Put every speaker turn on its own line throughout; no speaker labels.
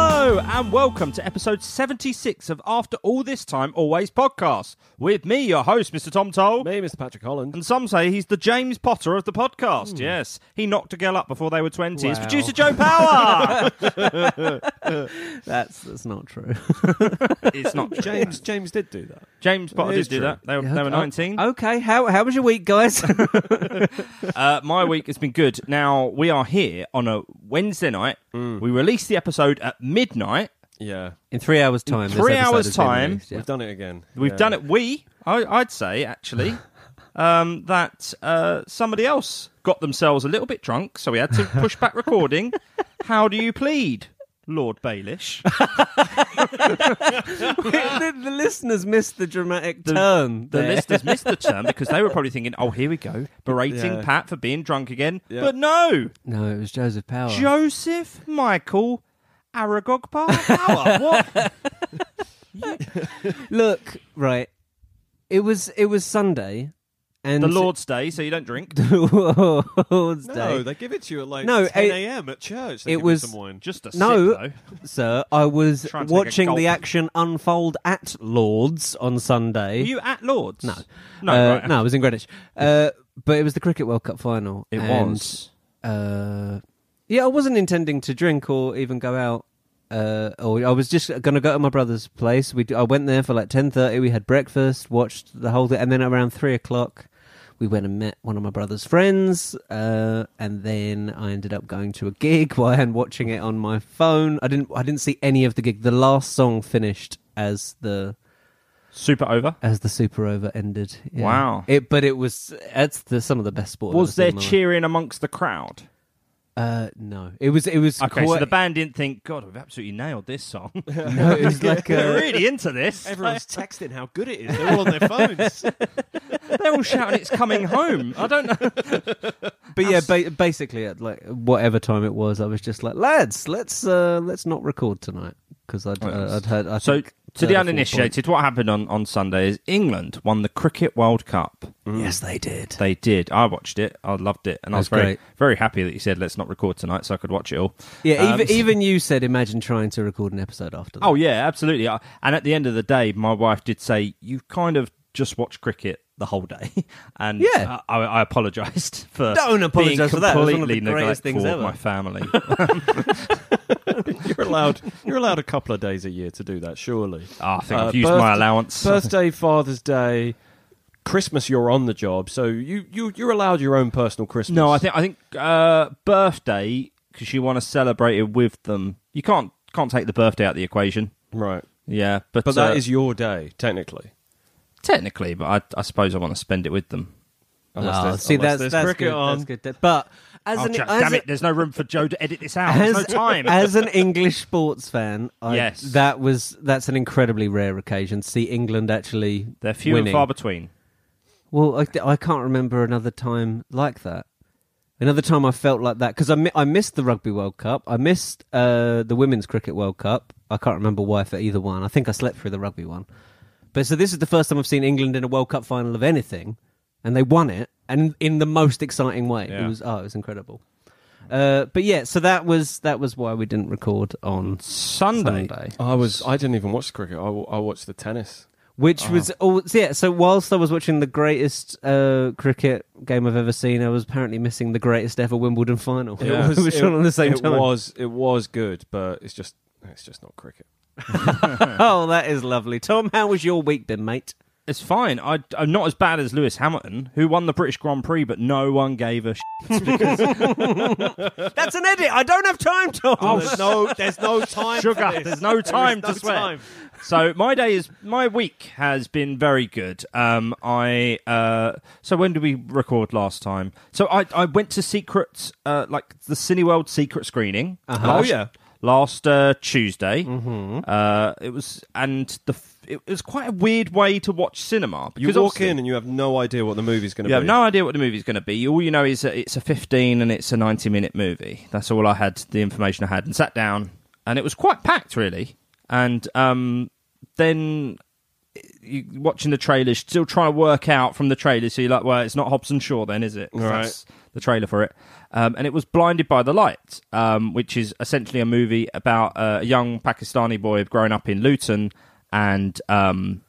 and welcome to episode 76 of After All This Time Always podcast. With me, your host, Mr. Tom Toll.
Me, Mr. Patrick Holland.
And some say he's the James Potter of the podcast.
Hmm.
Yes, he knocked a girl up before they were 20. It's
Wow.
producer Joe Power.
That's that's not true.
it's not true.
James James did do that.
James Potter
It
did
is
do
true.
that. They were, they were 19.
oh, Okay, how how was your week, guys?
Uh, my week has been good. Now, we are here on a Wednesday night.
Hmm.
We released the episode at midnight.
Yeah.
In three hours' time. this
three
episode
hours'
has been
time,
released, yeah.
We've done it again.
We've
Yeah.
done it. We, I, I'd say, actually, um, that uh, somebody else got themselves a little bit drunk, so we had to push back recording. How do you plead, Lord Baelish?
the, the listeners missed the dramatic turn.
The
there.
listeners missed the term because they were probably thinking, "Oh, here we go, berating
Yeah.
Pat for being drunk again."
Yeah.
But no,
No, it was Joseph Power.
Joseph Michael Aragog Power. Power. What?
Look, right. It was it was Sunday, and
The Lord's Day, so you don't drink.
Lord's
No,
Day.
they give it to you at like
No,
10
it-
a.m. at church. They
it
give you
was-
some wine.
Just a
No.
sip, though.
Sir, I was
Trying to take a
watching
gulp.
the action unfold at Lords on Sunday.
Were you at Lords?
No.
no,
Uh,
right.
no, it was in Greenwich. Uh, but it was the Cricket World Cup final.
It
and,
was.
Uh, yeah, I wasn't intending to drink or even go out. Uh, or I was just going to go to my brother's place. We d- I went there for like ten thirty. We had breakfast, watched the whole thing, and then around three o'clock, we went and met one of my brother's friends. Uh, and then I ended up going to a gig while and watching it on my phone. I didn't. I didn't see any of the gig. The last song finished as the
Super over.
as the super over ended. yeah.
Wow.
It, but it was that's the some of the best sport. I've
Was there
ever seen in my life.
cheering amongst the crowd?
Uh, no, it was it was
Okay, so
quite,
the band didn't think, God, we've absolutely nailed this song.
no, it was like
They're
uh,
really into this.
Everyone's texting how good it is. They're all on their phones.
They're all shouting, it's coming home. I don't know.
but yeah, ba- basically at like whatever time it was, I was just like lads, let's uh, let's not record tonight because I'd uh, I'd heard I
So,
think,
to
third
the
or fourth
uninitiated, what happened on, on Sunday is England won the Cricket World Cup.
point. yes they did.
They did. I watched it. I loved it. And I was
That's
very,
great.
very happy that you said, let's not record tonight so I could watch it all.
yeah,
Um,
even even you said imagine trying to record an episode after. That.
Oh, yeah, absolutely. I, and at the end of the day, my wife did say, you've kind of just watched cricket the whole day. And uh,
Yeah.
I, I, I apologised for
Don't apologise
being
for that. It was one of the
completely
greatest
neglectful
things
of
ever.
my family.
you're allowed. You're allowed a couple of days a year to do that. Surely.
Oh, I think
Uh,
I've used
birthday-
my allowance.
Birthday, Father's Day, Christmas. You're on the job, so you you you're allowed your own personal Christmas.
No, I think I think uh, birthday because you want to celebrate it with them. You can't can't take the birthday out of the equation.
right.
Yeah, but
But that
uh,
is your day technically.
technically. But I, I suppose I want to spend it with them.
Unless
Ah,
there's-
see
unless
that's
there's
that's
cricket
good,
on.
that's good. But as
Oh,
an
Joe,
as
damn
a-
it! There's no room for Joe to edit this out.
as,
There's no time.
as an English sports fan, I,
Yes.
that was that's an incredibly rare occasion to see England actually.
They're few
winning.
and far between.
Well, I, I can't remember another time like that. Another time I felt like that because I, mi- I missed the Rugby World Cup. I missed uh, the Women's Cricket World Cup. I can't remember why for either one. I think I slept through the Rugby one. But so this is the first time I've seen England in a World Cup final of anything, and they won it, and in the most exciting way.
Yeah.
It was oh, it was incredible. Uh, but yeah, so that was that was why we didn't record on
Sunday.
Sunday,
I was. I didn't even watch the cricket. I, w- I watched the tennis.
which
Uh-huh.
was all so yeah. So whilst I was watching the greatest uh, cricket game I've ever seen, I was apparently missing the greatest ever Wimbledon final.
Yeah.
It was, shot on the same
it
time.
was. It was good, but it's just. It's just not cricket.
Oh, that is lovely, Tom. How was your week been, mate?
It's fine. I, I'm not as bad as Lewis Hamilton, who won the British Grand Prix, but no one gave a. Sh-
That's an edit. I don't have time, Tom.
no, Oh, there's no time.
Sugar, there's no time
no
to swear.
time.
So my day is my week has been very good. Um, I uh, so when did we record last time? So I I went to secret uh, like the Cineworld secret screening.
Uh-huh.
Last-
Oh, yeah. Mm-hmm.
last uh, Tuesday. Uh, it was and the f- it was quite a weird way to watch cinema
You
because
walk
obviously-
in and you have no idea what the movie's going to
you have
be.
no idea what the movie's going to be. All you know is that it's a 15 and it's a 90 minute movie. That's all I had, the information I had, and sat down. And it was quite packed, really. And um, then you watching the trailers, still trying to work out from the trailer. So you're like, well, it's not Hobson Shaw then, is it? 'Cause
Right.
That's the trailer for it. Um, and it was Blinded by the Light, um, which is essentially a movie about uh, a young Pakistani boy growing up in Luton and um,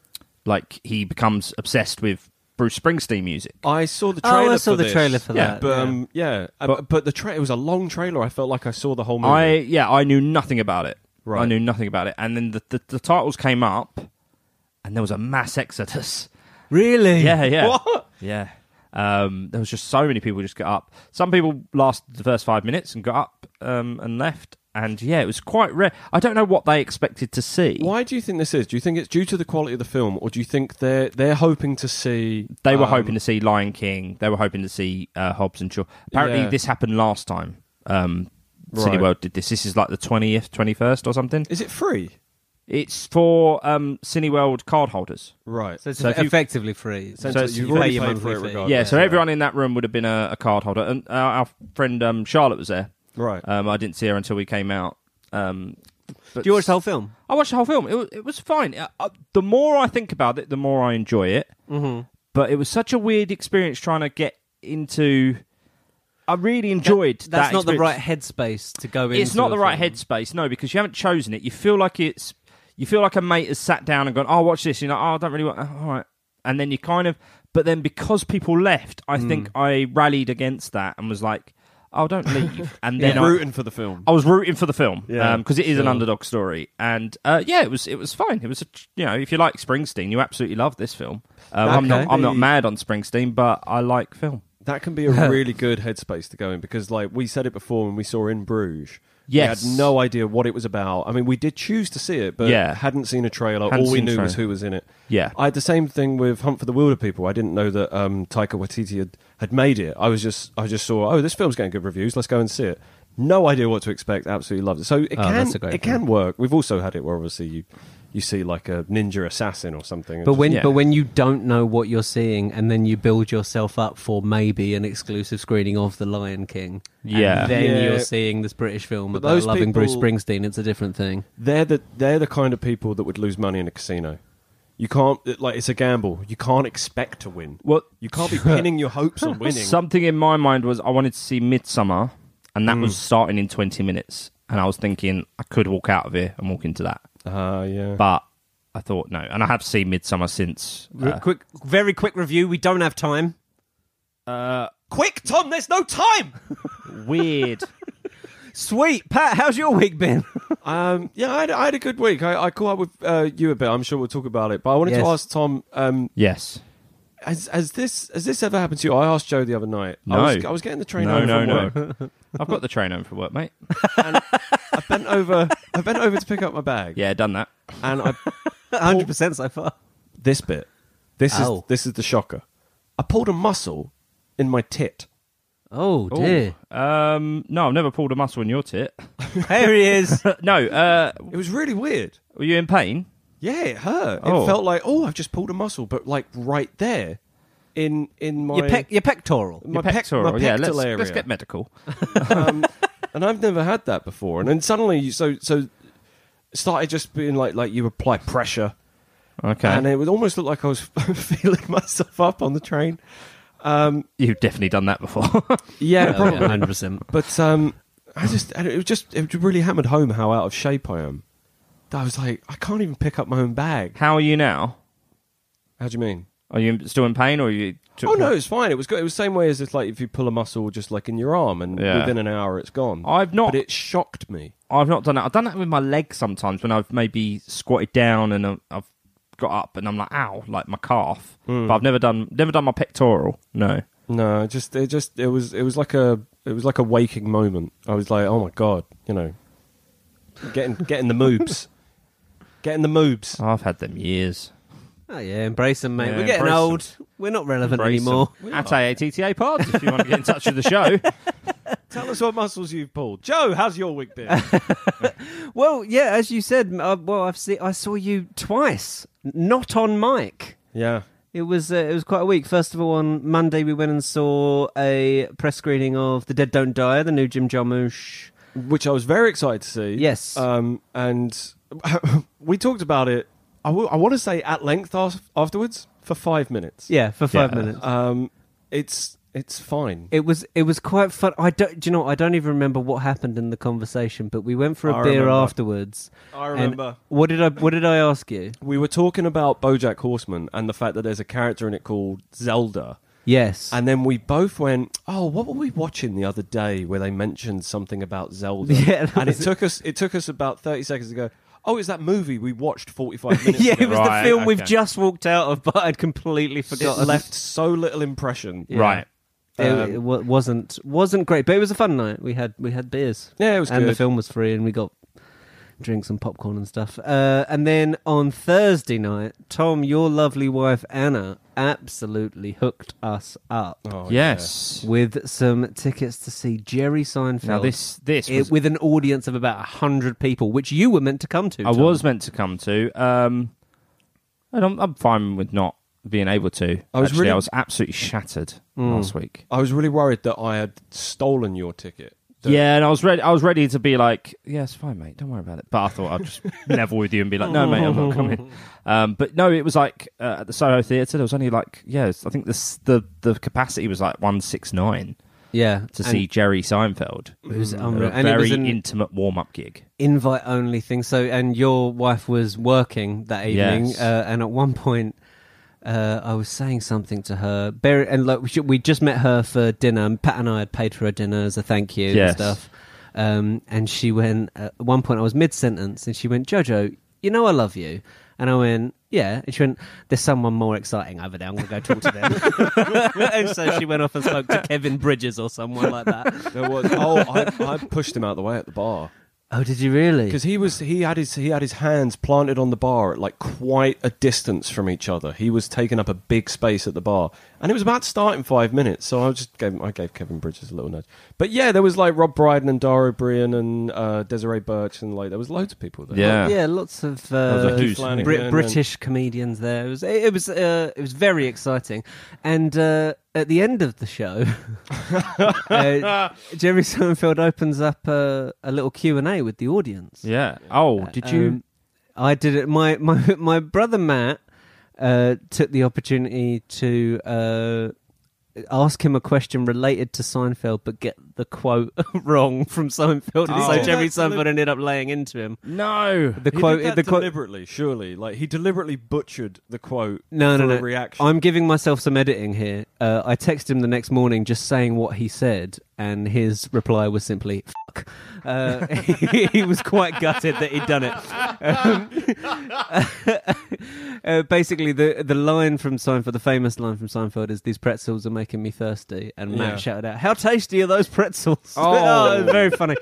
like he becomes obsessed with Bruce Springsteen music.
I saw the
Oh,
trailer.
I saw
for
the
this.
trailer for
Yeah,
that.
But um, yeah, Uh, but,
But-
the tra- it was a long trailer. I felt like I saw the whole movie.
I yeah, I knew nothing about it.
Right.
I knew nothing about it. And then the, the, the titles came up and there was a mass exodus.
really?
Yeah, yeah.
What?
Yeah. Um, there was just so many people just got up. Some people lasted the first five minutes and got up um, and left. And yeah, it was quite rare. I don't know what they expected to see.
Why do you think this is? Do you think it's due to the quality of the film, or do you think they're they're hoping to see?
They were
um,
hoping to see Lion King. They were hoping to see uh, Hobbs and Shaw. Apparently,
Yeah.
this happened last time. Um, City
Right.
World did this. This is like the twentieth, twenty-first, or something.
Is it free?
It's for um, Cineworld card holders.
Right.
So it's
So if you-
effectively free.
So
so
you've
you
already
pay your
paid
monthly
for it
fee.
regardless.
yeah, so everyone in that room would have been a, a card holder. And our, our friend um, Charlotte was there.
Right.
Uh,
Um, I didn't see her until we came out. Um, but
Do you watch the whole film?
I watched the whole film. It was, it was fine. Uh, uh, the more I think about it, the more I enjoy it. Mm-hmm. But it was such a weird experience trying to get into. I really enjoyed.
That's
that
not the
experience.
right headspace to go into.
It's not
a
the right
film.
headspace, no, because you haven't chosen it. You feel like it's. You feel like a mate has sat down and gone, "Oh, watch this." You're like, "Oh, I don't really want." All right, and then you kind of. But then because people left,
Hmm.
I think I rallied against that and was like, "Oh, don't leave." And then
You're
I,
rooting for the film.
I was rooting for the film because
Yeah,
it is an
sure.
underdog story, and uh, yeah, it was it was fine. It was a, you know if you like Springsteen, you absolutely love this film. Um, I'm not
Okay.
I'm not mad on Springsteen, but I like film.
That can be a really good headspace to go in because, like we said it before when we saw in Bruges,
Yes.
we had no idea what it was about. I mean, we did choose to see it, but
Yeah.
hadn't seen a trailer.
Hadn't
All we
seen a
knew was
trailer.
who was in it.
Yeah.
I had the same thing with Hunt for the Wilder People. I didn't know that um, Taika Waititi had, had made it. I was just, I just saw, oh, this film's getting good reviews. Let's go and see it. No idea what to expect. Absolutely loved it. So it
Oh,
can,
that's a great
it can work. We've also had it where obviously you, you see like a ninja assassin or something. and
But
just-
when
Yeah.
but when you don't know what you're seeing, and then you build yourself up for maybe an exclusive screening of The Lion King, and
Yeah.
then
Yeah.
you're seeing this British film
But
about
those
loving Bruce
people-
Springsteen. It's a different thing.
they're the they're the kind of people that would lose money in a casino. You can't it- like it's a gamble. You can't expect to win.
Well,
You can't be pinning your hopes on winning.
Something in my mind was I wanted to see Midsummer, and that
Mm.
was starting in 20 minutes. And I was thinking I could walk out of here and walk into that,
Ah, yeah.
but I thought no. And I have seen Midsummer since. uh,
quick, very quick review. We don't have time.
quick, Tom, there's no time.
uh, weird.
Sweet Pat, how's your week been?
um, yeah, I had, I had a good week. I, I caught up with uh, you a bit. I'm sure we'll talk about it. But I wanted
Yes.
to ask Tom. Um,
yes.
has, has this has this ever happened to you? I asked Joe the other night.
No.
I was, I was getting the train
No,
home
no,
from
no.
work.
I've got the train home for work, mate.
I bent over. I bent over to pick up my bag.
Yeah, done that.
And I
Hundred percent so far.
this bit. This is
Oh.
Ow.
this is the shocker. I pulled a muscle in my tit.
Oh
Ooh.
dear!
Um, no, I've never pulled a muscle in your tit.
Here he is.
no, uh,
It was really weird.
were you in pain?
Yeah, it hurt.
Oh.
It felt like oh, I've just pulled a muscle, but like right there, in in my
your, pec- your pectoral.
my,
Your
pec-
pectoral.
my
yeah,
pectoral
let's,
area.
let's get medical.
um, and I've never had that before. And then suddenly, you- so so it started just being like like you apply pressure,
Okay.
and it would almost look like I was feeling myself up on the train.
You've definitely done that before.
Yeah, probably.
Hundred percent.
But um, I just and it was just it really hammered home how out of shape I am. I was like, I can't even pick up my own bag.
How are you now?
How do you mean?
Are you still in pain, or are you?
Oh no, it's fine. It was good. It was the same way as if like if you pull a muscle just like in your arm and
Yeah.
within an hour it's gone.
I've not.
But it shocked me.
I've not done that. I've done that with my legs sometimes when I've maybe squatted down and uh, I've got up and I'm like, ow, like my calf.
Hmm.
But I've never done never done my pectoral. No.
No, it just it just it was it was like a it was like a waking moment. I was like, oh my god, you know, getting getting the moobs, Uh. getting the moobs.
I've had them years.
Oh yeah, embrace them, mate.
Yeah,
We're getting
embrace 'em.
old. We're not relevant
Brace 'em.
anymore.
At AATTA Pod, if you want to get in touch with the show.
Tell us what muscles you've pulled, Joe. How's your week been?
Well, yeah, as you said, m- uh, well, I've see- I saw you twice, not on mic.
yeah,
It was uh, it was quite a week. First of all, on Monday we went and saw a press screening of The Dead Don't Die, the new Jim Jarmusch.
which I was very excited to see.
Yes.
um, and we talked about it I want to say at length af- afterwards for five minutes.
Yeah, for five
Yeah.
minutes.
Um, it's it's fine.
It was it was quite fun. I don't, do you know? what? I don't even remember what happened in the conversation, but we went for a
I
beer
remember.
afterwards.
I
and
remember.
what did I What did I ask you?
We were talking about BoJack Horseman and the fact that there's a character in it called Zelda.
Yes,
And then we both went, "Oh, what were we watching the other day where they mentioned something about Zelda?"
Yeah, that
and it
was it.
took us it took us about thirty seconds to go. Oh, is that movie we watched forty five minutes?
yeah,
ago?
it was
Right,
the film we've
okay.
just walked out of, but I'd completely
It
forgotten.
left so little impression.
Yeah.
Right.
It,
Um,
it wa- wasn't wasn't great, but it was a fun night. We had we had beers.
Yeah, it was
and the
good.
film was free, and we got drinks and popcorn and stuff. Uh, and then on Thursday night, Tom, your lovely wife Anna, absolutely hooked us up
Oh,
yes.
with some tickets to see Jerry Seinfeld.
Now this this
it-
was,
with an audience of about hundred people, which you were meant to come to.
I
Tom.
was meant to come to. Um, and I'm, I'm fine with not being able to.
I was
Actually,
really- Hmm.
I was absolutely shattered last week.
yeah. I was really worried that I had stolen your ticket. That-
Yeah, and I was ready. I was ready to be like, "Yeah, it's fine, mate. Don't worry about it." But I thought I'd just level with you and be like, "No, mate, I'm not coming." Um, but no, it was like uh, at the Soho Theatre. There was only like, yeah, it's- I think the s- the the capacity was like one six nine
yeah
to
and
see Jerry Seinfeld. Mm.
It was
A
unreal, and it
very
was an
intimate warm up gig.
invite only thing. So, and your wife was working that evening,
Yes.
uh, and at one point, uh, I was saying something to her. Bear, and like we, should, we just met her for dinner, and Pat and I had paid for her dinner as a thank you
Yes.
and stuff. Um, and she went at one point. I was mid sentence, and she went, "Jojo, you know I love you." And I went, "Yeah." And she went, "There's someone more exciting over there. I'm going to go talk to them." and so she went off and spoke to Kevin Bridges or someone like that.
There was, oh, I, I pushed him out of the way at the bar
Oh, did you really?
because he was he had his he had his hands planted on the bar at like quite a distance from each other. He was taking up a big space at the bar, and it was about to start in five minutes. So I just gave I gave Kevin Bridges a little nudge. But yeah, there was like Rob Brydon and Dara O'Brien and uh, Desiree Birch and like there was loads of people there.
Yeah.
yeah, lots of
was
uh,
a who's
Flanagan
Brit-
and-
British comedians there. It was it, it was uh, it was very exciting, and uh, at the end of the show, uh, Jerry Seinfeld opens up uh, a little Q and A with the audience.
Yeah. Oh, did you?
Um, I did it. My my my brother Matt uh, took the opportunity to. Uh, Ask him a question related to Seinfeld, but get the quote wrong from Seinfeld, and
Oh.
so Jerry
That's li-
Seinfeld ended up laying into him.
no.
The
He
quote,
did that
the quote,
deliberately, surely. Like he deliberately butchered the quote.
No,
for
no,
a
no.
Reaction.
I'm giving myself some editing here. Uh, I texted him the next morning just saying what he said, and his reply was simply "fuck." Uh, he, was quite gutted that he'd done it. Um, uh, basically, the the line from Seinfeld, the famous line from Seinfeld, is "These pretzels are making me thirsty," and
Yeah.
Matt shouted out, "How tasty are those pretzels?"
Oh.
it was very funny.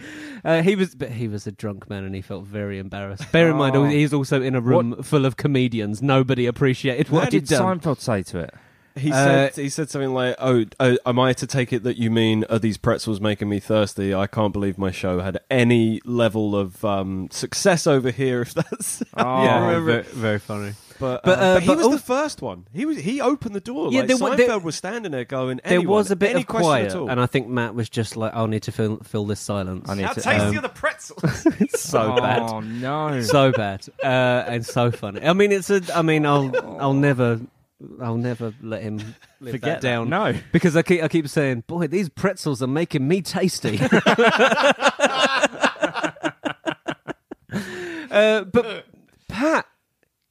Uh, he was, but he was a drunk man, and he felt very embarrassed. Bear in
Oh.
mind, he's also in a room full of comedians. Nobody appreciated what
What
he'd
did
done.
Seinfeld say to it?
He
Uh,
said he said something like, "Oh, uh, am I to take it that you mean are these pretzels making me thirsty? I can't believe my show had any level of um, success over here. If that's
Oh,
Yeah, I remember.
very funny.
but,
But,
but,
uh,
but he
but
was
al-
the first one. He was he opened the door.
Yeah,
like,
there wa-
Seinfeld
there-
was standing there going.
There
"Anyone,
was a bit
any
of
question
quiet,
at all.
and I think Matt was just like, "I'll need to fill, fill this silence."
I need
How
to- um,
tasty are the pretzels?
It's so bad,
Oh no.
so bad, uh, and so funny. I mean, it's a. I mean, I'll I'll never I'll never let him live
Forget
that down.
that. No.
because I keep I keep saying, "Boy, these pretzels are making me tasty." uh, but Pat,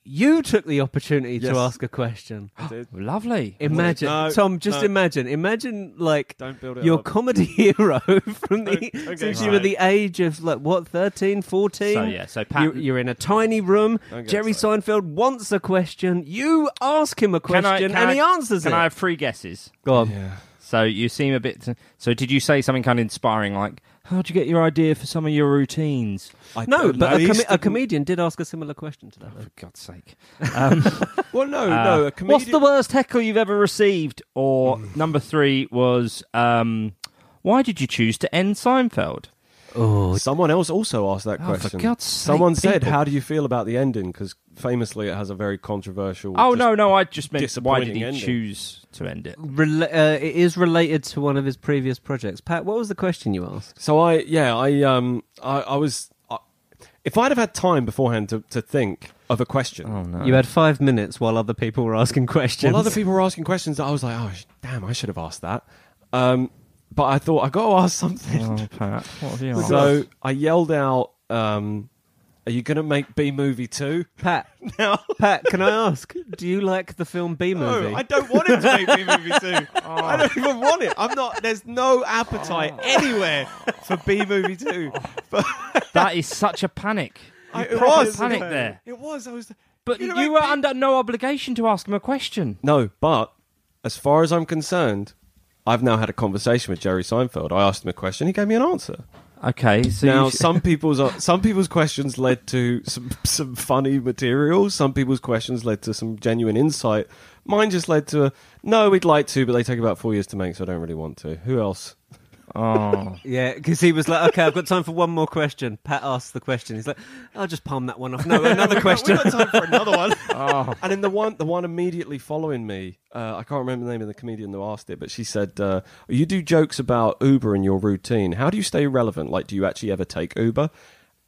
you took the opportunity
Yes.
to ask a question.
Lovely.
Imagine,
No,
Tom. Just
no.
imagine. Imagine like
Don't build it
your
up.
comedy hero from the
Don't- don't
since
get
you were
excited.
the age of like what 13, 14?
So yeah, so Pat-
you're, you're in a tiny room.
Don't get
Jerry
excited.
Seinfeld wants a question. You ask him a question, and he answers
can
it.
I have three guesses?
Go on.
yeah.
So you seem a bit. So did you say something kind of inspiring, like "How'd you get your idea for some of your routines?"
I
No,
don't know.
but a,
He
com-
used
a
to-
comedian did ask a similar question to that.
For God's sake!
Well, no,
Ah.
no. A comedian.
What's the worst heckle you've ever received? Or
Hmm.
number three was, um, "Why did you choose to end Seinfeld?"
Oh,
Someone else also asked that
Oh, for
question.
God's sake,
Someone said,
people.
"How do you feel about the ending?" Because famously, it has a very controversial.
Oh
just-
no, no, I just meant why did
disappointing
he
ending.
choose to end it?
Rel- uh, it is related to one of his previous projects. Pat, what was the question you asked?
So I, yeah, I, um, I, I was. I, if I'd have had time beforehand to, to think, of a question.
Oh no!
You had five minutes while other people were asking questions.
Well, other people were asking questions that I was like, oh, sh- damn, I should have asked that. Um, but I thought, I got to ask something.
Oh, Pat, what have you asked?
so I yelled out, um, are you going to make B movie too?
Pat,
Now,
Pat, can I ask? Do you like the film B movie?
no, I don't want him to make B movie too. I don't even want it. I'm not, there's no appetite anywhere for B movie too. But
that is such a panic.
I, it
proper
was.
panic there.
It was. I was.
But
You're
you,
gonna
were
make B-
under no obligation to ask him a question.
No, but as far as I'm concerned, I've now had a conversation with Jerry Seinfeld. I asked him a question, he gave me an answer.
Okay, so
now,
you sh-
some people's uh, some people's questions led to some some funny material. Some people's questions led to some genuine insight. Mine just led to a no, we'd like to, but they take about four years to make, so I don't really want to. Who else?
oh,
Yeah, because he was like, okay, I've got time for one more question. Pat asked the question. He's like, I'll just palm that one off. No, another question.
We've got time for another one.
oh,
and then the one the one immediately following me, uh, I can't remember the name of the comedian who asked it, but she said, uh, "You do jokes about Uber in your routine. How do you stay relevant? Like, do you actually ever take Uber?"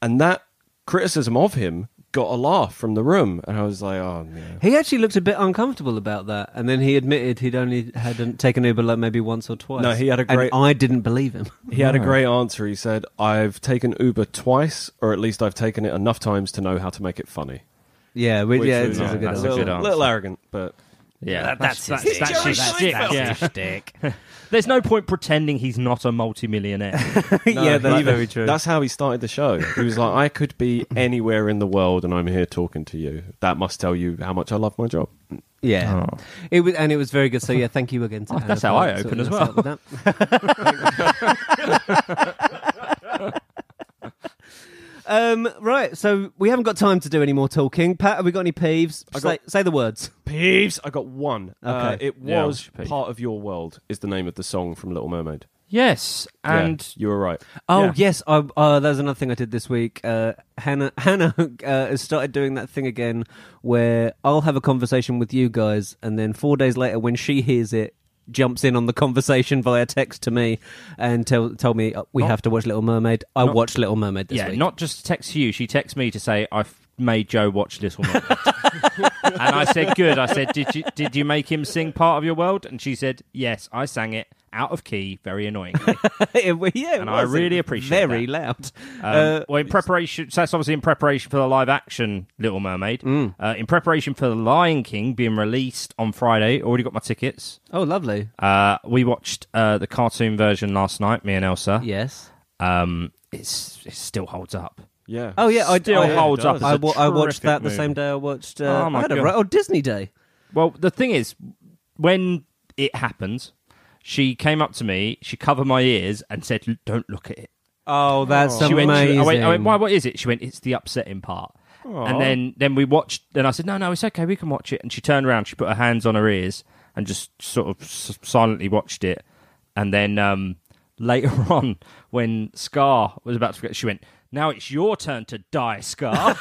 And that criticism of him got a laugh from the room, and I was like, "Oh no."
He actually looked a bit uncomfortable about that, and then he admitted he'd only hadn't taken Uber like maybe once or twice.
No, he had a
And
great-
I didn't believe him.
He had a great answer. He said, "I've taken Uber twice, or at least I've taken it enough times to know how to make it funny."
Yeah, we,
Which
yeah,
was,
it was
yeah,
a good
that's
answer.
a good
little,
answer.
little arrogant, but
yeah.
That- that's
that's,
his
that's
dick.
his
Jerry
stick,
Seinfeld.
yeah. There's no point pretending he's not a multimillionaire.
yeah, that's
but
very true.
That's how he started the show. He was like, "I could be anywhere in the world, and I'm here talking to you. That must tell you how much I love my job."
yeah, it was, and it was very good. So yeah, thank you again. To Anna
Oh. that's how I open
for sorting
as
us
well.
out with that. Um, right, so we haven't got time to do any more talking. Pat, have we got any peeves?
I
say, say the words.
Peeves. I got one. Uh,
Okay.
it
Yeah,
was
peeve.
part of your world. Is the name of the song from Little Mermaid?
yes,
Yeah,
and
you were right.
Oh
Yeah.
yes, I, uh, that was another thing I did this week. Uh, Hannah Hannah uh, has started doing that thing again, where I'll have a conversation with you guys, and then four days later, when she hears it, jumps in on the conversation via text to me and tell tell me uh, we
Not-
have to watch Little Mermaid. I watched Little Mermaid this
yeah,
week.
not just to text you. She texts me to say I've made Joe watch Little Mermaid, and I said, "Good." I said, "Did you did you make him sing part of your world?" And she said, "Yes, I sang it out of key, very annoyingly."
yeah, it
And I
was.
really
It was
appreciate
very
that.
loud.
Um, well, in preparation, so that's obviously in preparation for the live action Little Mermaid. Uh, in preparation for The Lion King being released on Friday, already got my tickets.
oh, lovely.
Uh, we watched uh, the cartoon version last night, me and Elsa.
Yes.
Um, it's, it still holds up.
Yeah.
Oh yeah, I
Still
I,
holds up as
I,
a
wa- I
terrific
watched that the
movie.
same day I watched. Uh,
Oh, my
I had a
God.
right- oh Disney Day.
Well, the thing is, when it happened, she came up to me, she covered my ears and said, "L- Don't look at it.
Oh, that's
She went,
amazing.
she- I went, I went, Why, what is it? She went, It's the upsetting part. And then, then we watched, then I said, No, no, it's okay, we can watch it. And she turned around, she put her hands on her ears and just sort of s- silently watched it. And then um, later on, when Scar was about to forget, she went, Now it's your turn to die, Scar.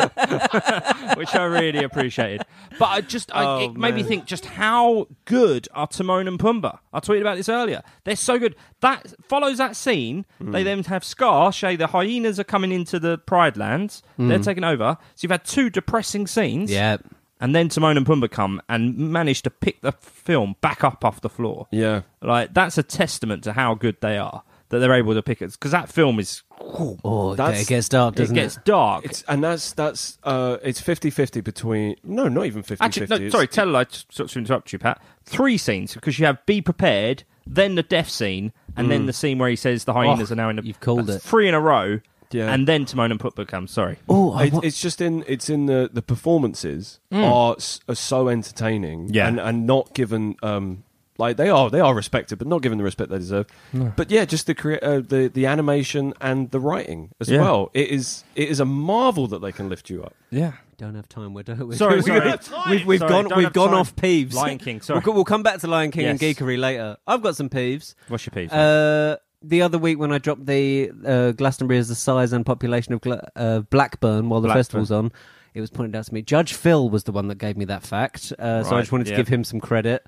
which I really appreciated. But I just, I,
Oh,
it made me
man.
think just how good are Timon and Pumbaa? I tweeted about this earlier. They're so good. That follows that scene.
Hmm.
They then have Scar, Shay, the hyenas are coming into the Pride Lands. They're taking over. So you've had two depressing scenes.
Hmm. Yeah.
And then Timon and Pumbaa come and manage to pick the film back up off the floor.
Yeah.
Like, that's a testament to how good they are that they're able to pick it. Because that film is,
Oh,
That's-
it gets dark,
it
doesn't it?
gets dark.
It's and that's that's uh it's 50-50 between no not even 50-50.
Actually, no,
It's-
sorry, tell her I t- sort of interrupt you, Pat. Three scenes because you have be prepared, then the death scene, and then the scene where he says the hyenas
Mm. Oh,
are now in the.
you've called
that's
it.
three in a row,
Yeah.
and then Timon and Pumbaa come. Sorry,
Oh, I
It,
wa-
it's just in it's in the the performances are s- are so entertaining
Yeah.
and and not given um like they are they are respected but not given the respect they deserve but yeah just the crea- uh, the the animation and the writing as
Yeah.
well it is it is a marvel that they can lift you up
yeah,
don't have time. We're done. We're
sorry,
we've,
sorry.
We've, we've
Sorry,
gone.
don't
We've
have
gone
time.
off peeves.
Lion King, sorry.
We'll, co- we'll come back to Lion King and
Yes.
geekery later. I've got some peeves.
What's your peeves?
Uh, the other week when I dropped the uh, Glastonbury as the size and population of Gla- uh, Blackburn while the
Blackburn.
festival's on, it was pointed out to me. Judge Phil was the one that gave me that fact, uh, so I
Right,
just wanted to
yeah.
give him some credit.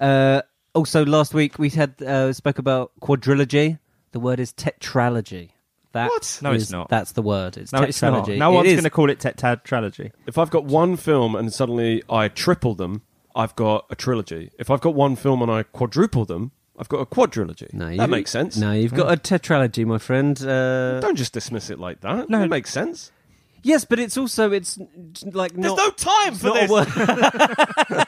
Uh, also, last week we had uh, spoke about quadrilogy. The word is tetralogy. That
What?
No, it's
is-
not.
That's the word. It's
No, it's not.
tetralogy.
No
It
one's
is-
going to call it tetralogy.
If I've got one film and suddenly I triple them, I've got a trilogy. If I've got one film and I quadruple them, I've got a quadrilogy.
No, you-
that makes sense.
No, you've got a tetralogy, my friend. Uh,
Don't just dismiss it like that.
No.
No, it makes sense.
yes, but it's also it's n- like
There's
not.
no time for
not a
this.
word.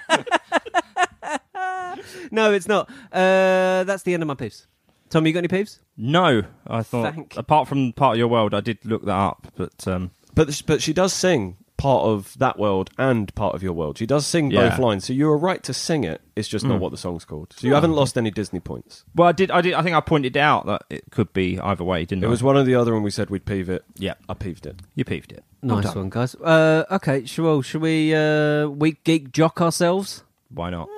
no, it's not. Uh, that's the end of my peeps. Tom, you got any peeps?
No, I thought.
Thank-
Apart from part of your world, I did look that up, but um,
But sh- but she does sing part of that world and part of your world. She does sing both
Yeah. Hmm.
lines, so you are right to sing it. It's just not what the song's called. So you haven't lost any Disney points.
well, I did. I did. I think I pointed out that it could be either way, didn't
It
I?
was one or the other, and we said we'd peeve it.
Yeah.
I peeved it.
You peeved it. Well
Nice
done.
one, guys. Uh, okay, sh- well, should we uh, week geek jock ourselves?
Why not?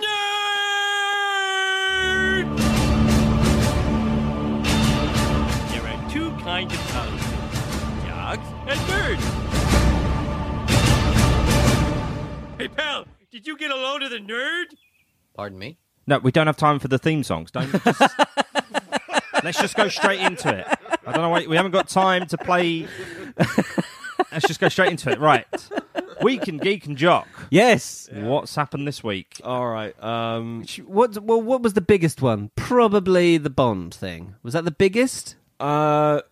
There are two kinds of elephants dogs and birds. Hey, pal, did you get a load of the nerd?
Pardon me?
No, we don't have time for the theme songs. Don't just... let's just go straight into it. I don't know. Why, we haven't got time to play. let's just go straight into it. Right, week and geek and jock.
Yes.
What's happened this week?
All right. Um,
Sh- What? Well, what was the biggest one? Probably the Bond thing. Was that the biggest?
uh,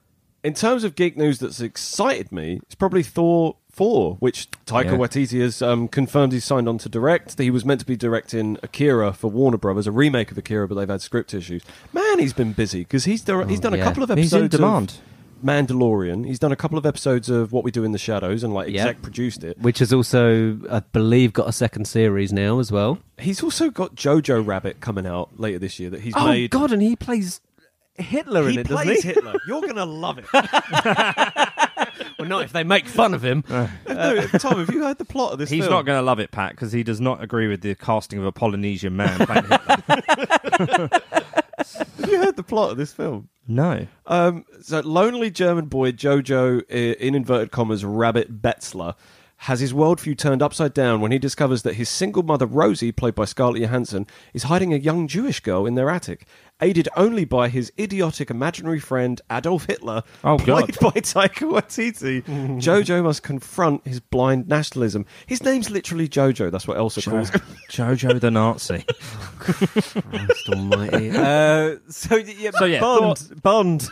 in terms of geek news that's excited me, it's probably Thor four, which Taika
Yeah.
Waititi has um, confirmed he's signed on to direct. That he was meant to be directing Akira for Warner Brothers, a remake of Akira, but they've had script issues. Man, he's been busy because he's dir- he's done
yeah.
a couple of
He's
episodes.
in
of
demand.
Mandalorian. He's done a couple of episodes of What We Do in the Shadows and like
Yeah.
exec produced it.
Which has also, I believe, got a second series now as well.
He's also got Jojo Rabbit coming out later this year that he's
Oh
made.
God! And he plays Hitler in
he
it, doesn't
plays
he?
Hitler. You're gonna love it.
well, not if they make fun of him.
no, Tom, have you heard the plot of this?
He's
film?
not going to love it, Pat, because he does not agree with the casting of a Polynesian man playing Hitler.
Have you heard the plot of this film?
No.
Um, so lonely German boy Jojo, i- in inverted commas, Rabbit Betzler, has his worldview turned upside down when he discovers that his single mother Rosie, played by Scarlett Johansson, is hiding a young Jewish girl in their attic, aided only by his idiotic imaginary friend Adolf Hitler,
Oh, God.
played by Taika Waititi. Jojo must confront his blind nationalism. His name's literally Jojo. That's what Elsa calls him.
Jojo the Nazi.
Christ Almighty. Uh, so yeah,
So, yeah,
Bond, Bond,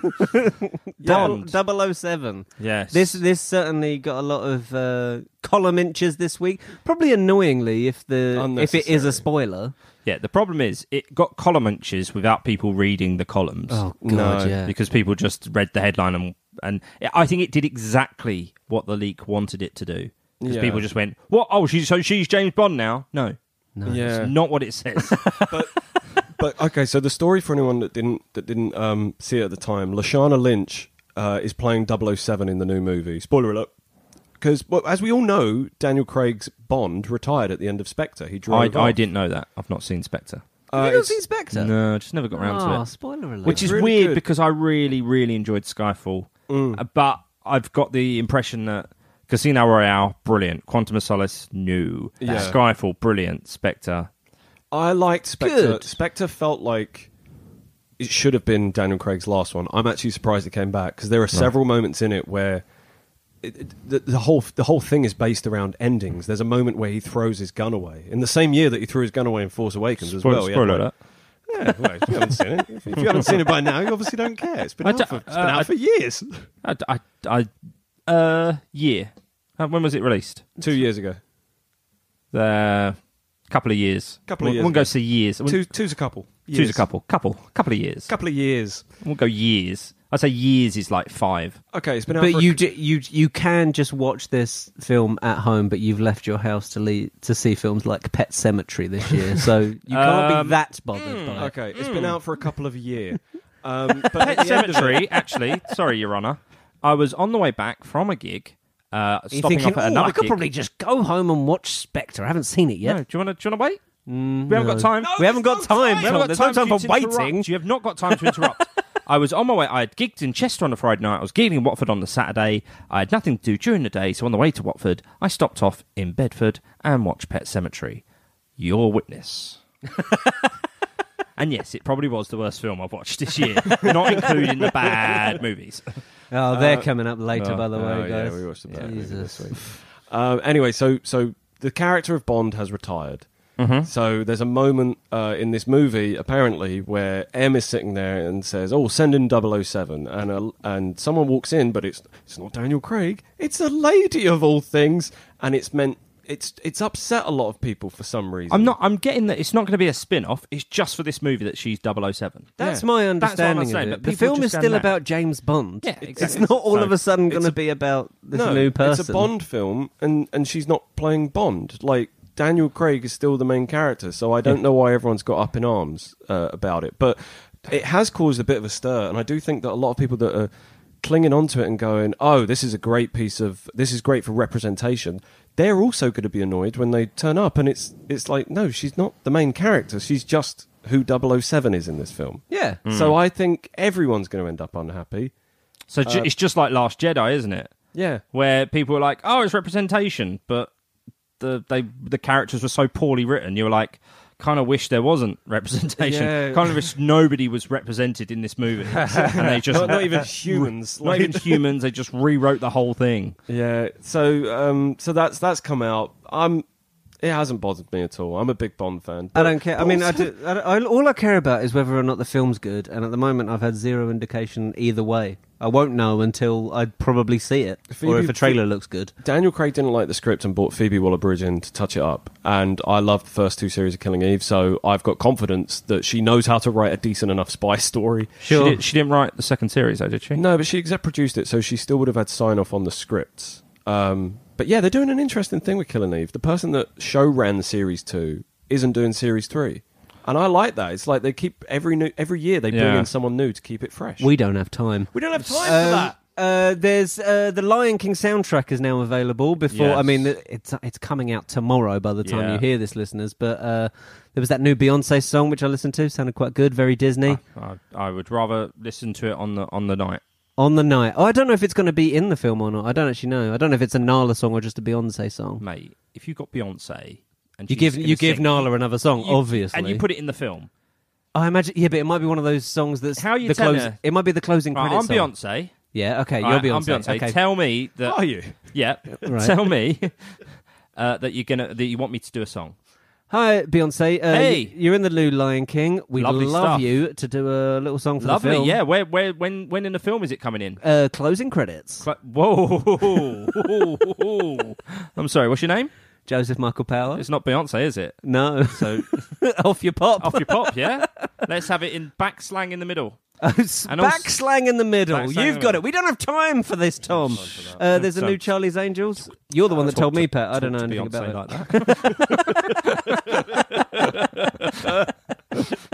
Bond.
Double 007.
Yes.
This this certainly got a lot of uh, column inches this week. Probably annoyingly, if the if it is a
Unnecessary.
spoiler.
Yeah, the problem is it got column inches without people reading the columns.
God, No,
yeah.
Because people just read the headline and and I think it did exactly what the leak wanted it to do. Because
Yeah.
people just went, "What? Oh, she's so she's James Bond now." No,
Yeah.
it's not what it says.
but okay, so the story for anyone that didn't that didn't um, see it at the time, Lashana Lynch uh, is playing 007 in the new movie. Spoiler alert. Because, well, as we all know, Daniel Craig's Bond retired at the end of Spectre. He
I,
drove
I
off.
didn't know that. I've not seen Spectre.
Uh,
you
it's-
don't see Spectre?
No, I just never got round
Ah,
to it.
spoiler alert.
Which is
It's really
weird
good. Mm.
because I really, really enjoyed Skyfall. Uh, But I've got the impression that Casino Royale, brilliant. Quantum of Solace, new.
Yeah.
Skyfall, brilliant. Spectre.
I liked Spectre.
Good.
Spectre felt like it should have been Daniel Craig's last one. I'm actually surprised it came back because there are several moments in it where it, it- the, the whole the whole thing is based around endings. There's a moment where he throws his gun away in the same year that he threw his gun away in Force Awakens as well.
Spoiler-
He had,
spoiler alert.
like, Yeah, well, if you haven't seen it, if you haven't seen it by now, you obviously don't care. It's been
I
out,
don't-
for, it's been
uh,
out
I-
for years.
I, I, I- uh, year. Uh, When was it released?
Two years ago.
A couple of years.
Couple of
We'll-
years
We'll go
ago.
to years. We'll-
Two, two's a couple.
Two's a couple. Couple. Couple of years.
Couple of years.
We'll go years. I'd say years is like five.
Okay, it's been out.
but
for a-
you ju- you you can just watch this film at home, but you've left your house to le- to see films like Pet Cemetery this year, so you can't
Um,
be that bothered by it.
okay, it's been out for a couple of years. Um, but at
Pet
the end of
Mm.
it-
Cemetery, actually. Sorry, Your Honour. I was on the way back from a gig, uh,
You're
stopping
thinking,
off at
"Oh,
another
I could
gig.
probably just go home and watch Spectre. I haven't seen it yet.
No, do you want to? Do you want to wait? we haven't got time.
we haven't got
Mm,
time.
We haven't
Tom.
got
There's
time,
no
to
time for
interrupt.
waiting.
You have not got time to interrupt. I was on my way. I had gigged in Chester on a Friday night. I was gigging in Watford on the Saturday. I had nothing to do during the day, so on the way to Watford, I stopped off in Bedford and watched Pet Cemetery. Your witness. and yes, it probably was the worst film I've watched this year, not including the bad movies.
Oh, they're coming up later,
Oh,
by the way,
oh,
guys.
Yeah, we watched the Bad movie this
Jesus.
week. um, anyway, so so the character of Bond has retired.
Mm-hmm.
So there's a moment uh, in this movie, apparently, where M is sitting there and says, "Oh, send in 007. and a, and someone walks in, but it's it's not Daniel Craig, it's a lady of all things, and it's meant it's it's upset a lot of people for some reason.
I'm not. I'm getting that it's not going to be a spin-off. It's just for this movie that she's 007.
That's
That's
Yeah.
my
what I'm
understanding
saying,
of
but
it. The
people
film
just
is
done
still
that.
about James Bond.
Yeah,
It's
exactly.
not all
So-
of a sudden
It's
going to
a-
be about this
no,
new person.
It's a Bond film, and and she's not playing Bond. Like Daniel Craig is still the main character, so I don't know why everyone's got up in arms uh, about it. But it has caused a bit of a stir, and I do think that a lot of people that are clinging onto it and going, "Oh, this is a great piece of this is great for representation." They're also going to be annoyed when they turn up, and it's it's like, no, she's not the main character. She's just who 007 is in this film.
Yeah.
So I think everyone's going to end up unhappy.
So ju- it's just like Last Jedi, isn't it?
Yeah.
Where people were like, "Oh, it's representation," but the they the characters were so poorly written. You were like, "Kind of wish there wasn't representation.
Yeah.
Kind of wish nobody was represented in this movie." and they just
Not, not even humans.
not even humans. They just rewrote the whole thing.
Yeah. So um so that's that's come out. I'm it hasn't bothered me at all. I'm a big Bond fan.
I
but-
don't care. I
but
mean, I
also-
do, I, I- all I care about is whether or not the film's good, and at the moment, I've had zero indication either way. I won't know until I probably see it, or
Phoebe-
if a trailer looks good.
Daniel Craig didn't like the script and bought Phoebe Waller-Bridge in to touch it up. And I loved the first two series of Killing Eve, so I've got confidence that she knows how to write a decent enough spy story.
Sure.
She, did, she didn't write the second series, though, did she?
No, but she exec produced it, so she still would have had sign off on the scripts. Um, but yeah, they're doing an interesting thing with Killing Eve. The person that show ran series two isn't doing series three, and I like that. It's like they keep every new every year they bring
Yeah.
in someone new to keep it fresh.
We don't have time.
we don't have time for
Um,
that.
uh, there's uh, the Lion King soundtrack is now available. Before I
Yes.
mean, th- it's it's coming out tomorrow by the time
Yeah.
you hear this, listeners. But uh, there was that new Beyonce song which I listened to, sounded quite good, very Disney.
Uh.
I, I would rather listen to it on the on the night.
On the night, oh, I don't know if it's going to be in the film or not. I don't actually know. I don't know if it's a Nala song or just a Beyonce song.
mate, if you got Beyonce and
You
she's
give
gonna
you give
sing-
Nala another song,
you-
obviously.
and you put it in the film.
I imagine, yeah, but it might be one of those songs that's
How you
the
telling
close,
her?
It might be the closing
Right, I'm
credits. song.
Beyonce.
Yeah, okay, you're
Right,
Beyonce.
I'm Beyonce.
Okay. Oh,
Tell me that.
Are you?
Yeah.
Right.
Tell me uh, that you're gonna that you want me to do a song.
Hi, Beyonce. Uh,
Hey.
y- you're in the Lou Lion King. We'd
Lovely
love
stuff.
you to do a little song for
Lovely.
the film.
Yeah. Where where when when in the film is it coming in?
Uh, closing credits.
Cla- Whoa. I'm sorry. What's your name?
Joseph Michael Power.
It's not Beyonce, is it?
No,
So
off your pop.
off your pop, yeah. Let's have it in back slang in the middle. And also-
back slang in the middle.
Back
You've
slang in the
got
middle.
it. We don't have time for this, Tom. Uh, there's a new Charlie's Angels. You're the one that
Talk
told
Uh, to-
me, Pat. I don't know
talk to
anything about
Beyonce
it.
like that.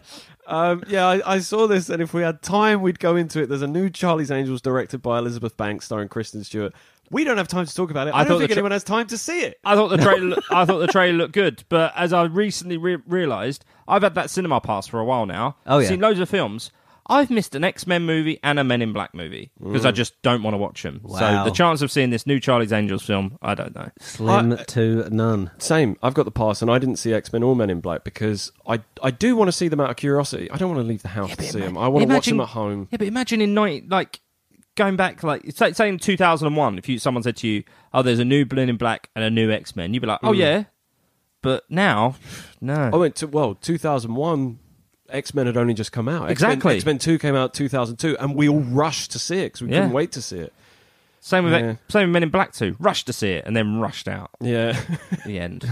Um, yeah, I, I saw this, and if we had time, we'd go into it. There's a new Charlie's Angels directed by Elizabeth Banks, starring Kristen Stewart. We don't have time to talk about it. I,
I
don't
thought
think
the tra-
anyone has time to see it.
I thought the trailer. I thought the trailer looked good, but as I recently re- realised, I've had that cinema pass for a while now.
Oh, yeah.
seen loads of films. I've missed an X Men movie and a Men in Black movie because I
Mm.
just don't want to watch them.
Wow.
So the chance of seeing this new Charlie's Angels film, I don't know.
Slim
I-
to none.
Same. I've got the pass, and I didn't see X Men or Men in Black because I I do want to see them out of curiosity. I don't want to leave the house to see them. I want to watch them at home.
Yeah, but imagine in night like going back like say, say in two thousand and one, if you someone said to you, "Oh, there's a new Men in Black and a new X Men," you'd be like,
Mm.
"Oh yeah," but now, no.
I went to Oh, well, 2001. X Men had only just come out.
Exactly.
X Men Two came out 2002, and we all rushed to see it because we
Yeah.
couldn't wait to see it.
same with
yeah.
same with Men in Black too. Rushed to see it and then rushed out.
Yeah.
at The end.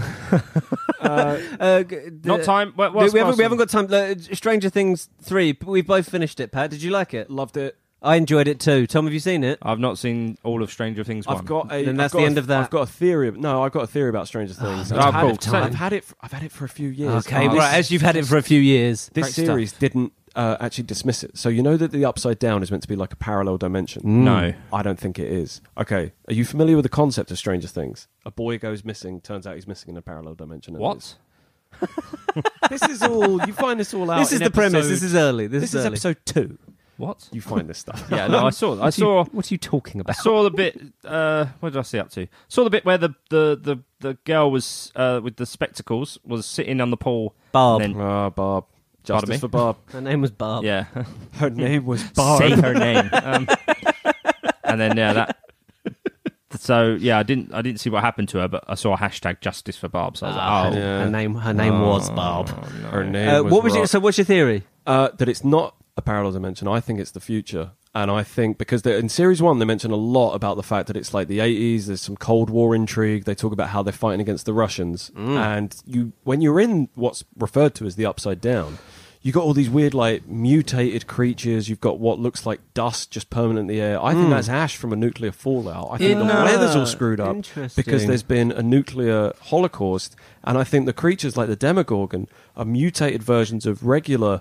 Uh, g-
Not
the-
time. What,
We,
what's
we haven't,
awesome?
we haven't got time. Look, Stranger Things 3, but we've both finished it, Pat. Did you like it?
Loved it.
I enjoyed it too. Tom, have you seen it?
I've not seen all of Stranger Things.
I've
one.
got a.
Then
I've
that's
got
the
a-
end of that. Ah,
I've got a theory. Of, no, I've got a theory about Stranger Things.
Oh,
I've, had
cool.
it, for- I've
So-
had it. For, I've had it for a few years.
Okay,
This-
right. As you've had it for a few years,
This
Great
series
stuff.
didn't uh, actually dismiss it. So you know that the Upside Down is meant to be like a parallel dimension.
Mm.
No.
I don't think it is. Okay, are you familiar with the concept of Stranger Things? A boy goes missing. Turns out he's missing in a parallel dimension. and
What?
it's- This is all. You find this all out.
This is
in
the premise.
episode-
This is early. This,
This is
early.
episode two.
What?
You find this stuff.
Yeah, no, I saw. I
What are you-
saw.
what are you
I
talking about?
saw the bit. Uh, what did I see up to? Saw the bit where the the the, the girl was uh, with the spectacles was sitting on the pool.
Barb.
and then-
Ah, Barb.
Pardon me?
Justice for Barb.
Her name was Barb.
yeah.
Her name was
Say her name. Um, and then yeah, that. So yeah, I didn't I didn't see what happened to her, but I saw a hashtag justice for Barb. So I was like, oh,
yeah.
her name her name was Barb.
Her name.
Uh, what Oh, was
Rock.
your, so? What's your theory?
uh, that it's not a parallel dimension. I think it's the future. And I think because they- in series one, they mention a lot about the fact that it's like the 80s, there's some Cold War intrigue. They talk about how they're fighting against the Russians. And you, when you're in what's referred to as the upside down, you got all these weird, like mutated creatures. You've got what looks like dust just permanent in the air. I think that's ash from a nuclear fallout. I think
In-
the weather's all
Ah,
screwed up because
interesting.
there's been a nuclear holocaust, and I think the creatures like the Demogorgon are mutated versions of regular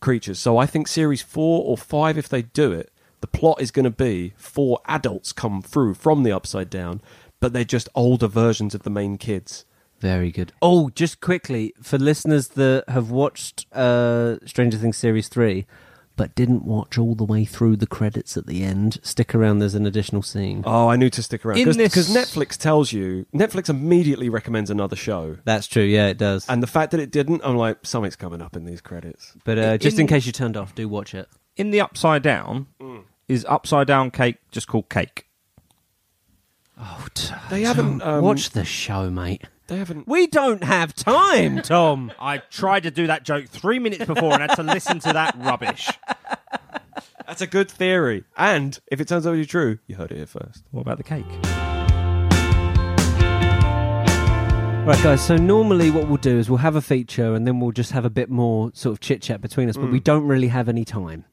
creatures. So I think series four or five, if they do it, the plot is going to be four adults come through from the Upside Down, but they're just older versions of the main kids.
Very good. Oh, just quickly for listeners that have watched uh, Stranger Things series three, but didn't watch all the way through the credits at the end. Stick around. There's an additional scene.
Oh, I knew to stick around
In this-
because Netflix tells you Netflix immediately recommends another show.
That's true. Yeah, it does.
And the fact that it didn't, I'm like, something's coming up in these credits.
but uh, just in,
in-
case you turned off, do watch it.
in the upside down
Mm.
is upside down cake just called cake?
Oh, t-
They haven't um,
watch the show, mate.
They haven't.
We don't have time, Tom.
I tried to do that joke three minutes before and had to listen to that rubbish.
That's a good theory. And if it turns out to be true, you heard it here first.
What about the cake?
Right, guys. So normally, what we'll do is we'll have a feature, and then we'll just have a bit more sort of chit chat between us. But we don't really have any time.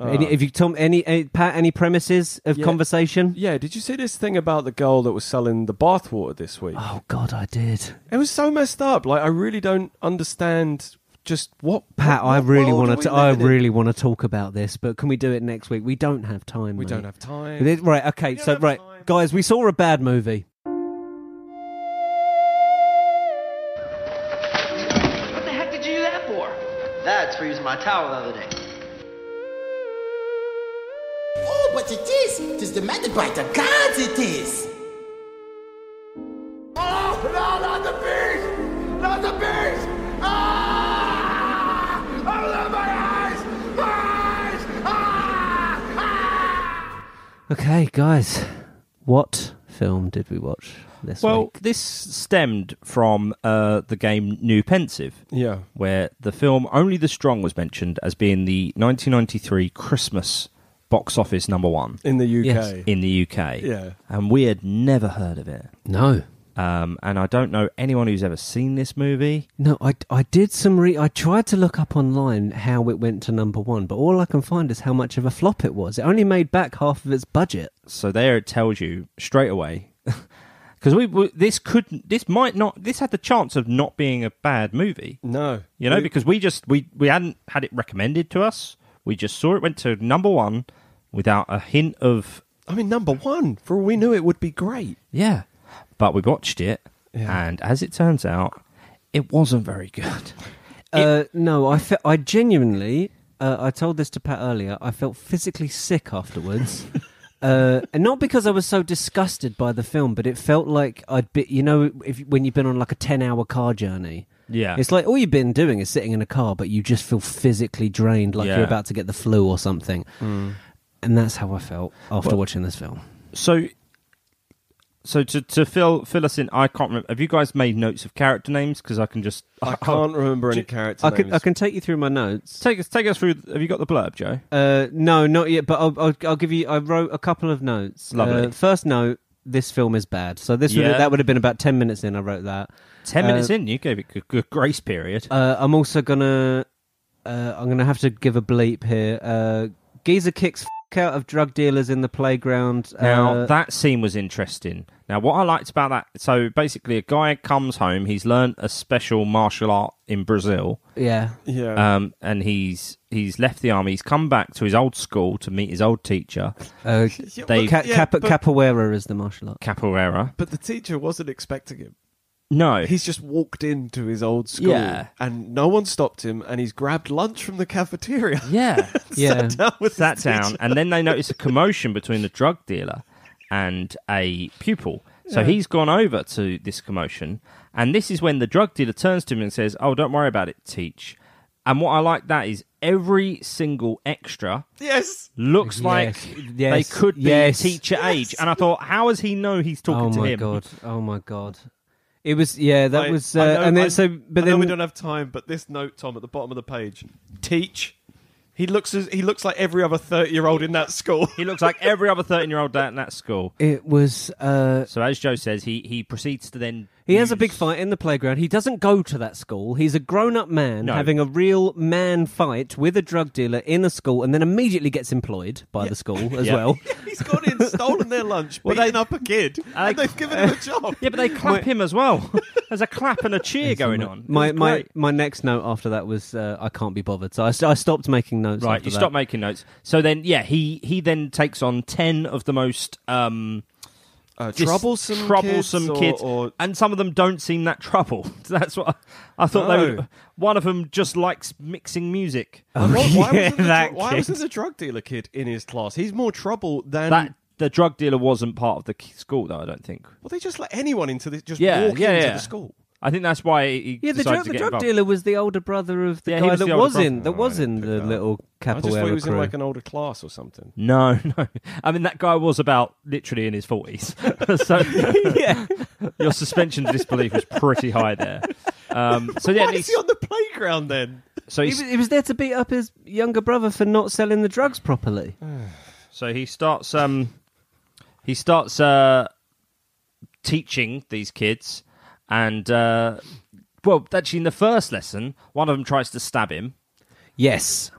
any, if you Tom, any, any Pat, any premises of
Yeah.
conversation?
Yeah, did you see this thing about the girl that was selling the bathwater this week?
Oh God, I did.
It was so messed up. Like, I really don't understand just what.
Pat,
what-
I
what
really
world
want
are
to.
we
I
living in?
really want to talk about this, but can we do it next week? We don't have time.
We
mate.
don't have time.
It is- Right. Okay. So
have
right,
time.
guys, we saw a bad movie.
What the heck did you do that for?
That's for using my towel the other day.
Oh, but it is. It is demanded by the gods, it is. Oh, no, not the beast! Not the beast! Ah! I love my eyes! My eyes! Ah! Ah!
Okay, guys, what film did we watch this
Well,
week?
this stemmed from uh, the game New Pensive,
Yeah.
where the film Only the Strong was mentioned as being the 1993 Christmas box office number one
In the UK.
Yes.
in the UK.
Yeah.
And we had never heard of it.
No.
Um, and I don't know anyone who's ever seen this movie.
No, I, I did some re. I tried to look up online how it went to number one, but all I can find is how much of a flop it was. It only made back half of its budget.
So there it tells you straight away. Because we, we this could this might not this had the chance of not being a bad movie.
No.
You know,
We-
because we just we we hadn't had it recommended to us. We just saw it went to number one without a hint of
I mean, number one, for all we knew, it would be great.
yeah. But we watched it,
Yeah.
and as it turns out, it wasn't very good.
uh, no, I fe- I genuinely, uh, I told this to Pat earlier. I felt physically sick afterwards, uh, and not because I was so disgusted by the film, but it felt like I'd be, you know, if when you've been on like a ten-hour car journey.
Yeah.
It's like all you've been doing is sitting in a car, but you just feel physically drained, like you're
Yeah.
about to get the flu or something. And that's how I felt after watching this film.
So, so to to fill fill us in, I can't remember. Have you guys made notes of character names? Because I can just
I can't remember any character
I can,
names.
I can take you through my notes.
take us take us through. Have you got the blurb, Joe?
Uh, no, not yet. But I'll, I'll, I'll give you. I wrote a couple of notes.
Lovely.
Uh, first note: this film is bad. So this
Yeah.
would, that would have been about ten minutes in. I wrote that.
Ten
Uh,
minutes in, you gave it a good grace period.
Uh, I'm also gonna. Uh, I'm gonna have to give a bleep here. Uh, Geezer kicks f- out of drug dealers in the playground.
now
uh,
that scene was interesting. Now what I liked about that, so basically a guy comes home. He's learned a special martial art in Brazil,
yeah.
Yeah.
um, and he's he's left the army. He's come back to his old school to meet his old teacher,
Uh,
they-
ca-
yeah,
capo-
but-
capoeira is the martial art.
Capoeira.
but the teacher wasn't expecting him.
No,
He's just walked into his old school
Yeah.
and no one stopped him and he's grabbed lunch from the cafeteria.
yeah.
Yeah.
That was
sat down, and then they notice a commotion between the drug dealer and a pupil. So he's gone over to this commotion, and this is when the drug dealer turns to him and says, "Oh, don't worry about it, teach." And what I like that is every single extra
Yes.
looks like
yes,
they could be
yes.
teacher age. And I thought, how does he know he's
Oh
talking to
my
him?
god! Oh my god! It was yeah. That
I-
was uh,
I know-
and then
I-
so but
I know
then
we don't have time. But this note, Tom, at the bottom of the page, teach. He looks as he looks like every other thirty-year-old in that school.
He looks like every other 13 year old at that school.
it was uh,
So, as Joe says, he, he proceeds to then.
He has a
use-
big fight in the playground. He doesn't go to that school. He's a grown up man
No.
having a real man fight with a drug dealer in a school and then immediately gets employed by the school as
Yeah.
well.
He's gone in, stolen their lunch,
Well,
beaten
they-
up a kid,
I-
and they've given him a job.
Yeah, but they clap him as well. There's a clap and a cheer going on. It
My,
was
my,
great.
my next note after that was uh, I can't be bothered. So I, st- I stopped making notes.
Right,
after
you
that.
stop making notes. So then, yeah, he he then takes on ten of the most um,
Uh,
dis- troublesome
or-
kids,
or-
and some of them don't seem that troubled. That's what I, I thought. They
No. Oh,
would, one of them just likes mixing music.
Why- why,
yeah,
wasn't the,
that
dr- why
kid.
wasn't the drug dealer kid in his class? He's more trouble than.
that the drug dealer wasn't part of the k- school, though. I don't think.
well, they just let anyone into the just
Yeah,
walk
yeah,
into
yeah.
the school.
I think that's why he
Yeah,
decided
the drug,
to
the
get
drug
involved.
dealer was the older brother of the
Yeah, he
guy
was
that
the older
was in
brother.
that was in the little
I just thought he
capoeira
was
crew.
in like an older class or something.
No, no. I mean, that guy was about literally in his forties, so
yeah,
your suspension of disbelief was pretty high there. Um, so yeah,
Why
and
is
he's-
he on the playground then?
so
he
he's
was, he was there to beat up his younger brother for not selling the drugs properly.
Uh. So he starts um he starts uh teaching these kids and uh well actually in the first lesson one of them tries to stab him
Yes,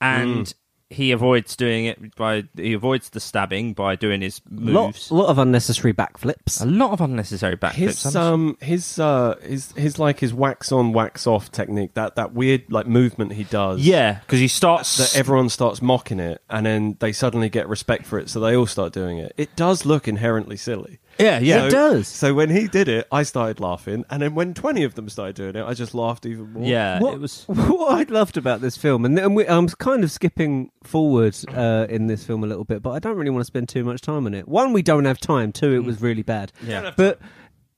and
Mm.
he avoids doing it by he avoids the stabbing by doing his moves.
lot, lot of unnecessary backflips.
a lot of unnecessary backflips.
His
I'm-
um his uh his his like his wax on wax off technique that that weird like movement he does
yeah, because he starts
that everyone starts mocking it and then they suddenly get respect for it so they all start doing it it does look inherently silly
yeah, yeah.
It does.
so when he did it I started laughing and then when 20 of them started doing it I just laughed even more
Yeah,
What,
it was
what I loved about this film, and, and we, I'm kind of skipping forward uh, in this film a little bit, but I don't really want to spend too much time on it. One, we don't have time. Two, it was really bad.
Hmm. Yeah.
But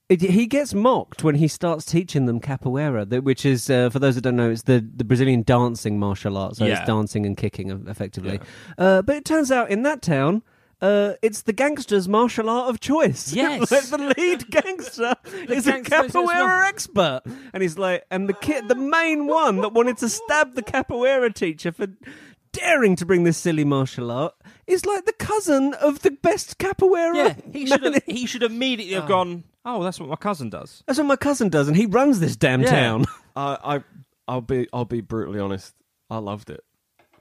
it, he gets mocked when he starts teaching them capoeira, that, which is, uh, for those that don't know, it's the, the Brazilian dancing martial art. So
Yeah.
it's dancing and kicking, e- effectively. Uh, but it turns out in that town. Uh, it's the gangster's martial art of choice.
Yes.
Like, the lead gangster is a
gangster's as well.
capoeira expert. And he's like, and the kid, the main one that wanted to stab the capoeira teacher for daring to bring this silly martial art is like the cousin of the best capoeira.
yeah. He should
man.
have, he should immediately have gone. Oh, that's what my cousin does.
That's what my cousin does, and he runs this damn
Yeah.
town.
I I I'll be I'll be brutally honest I loved it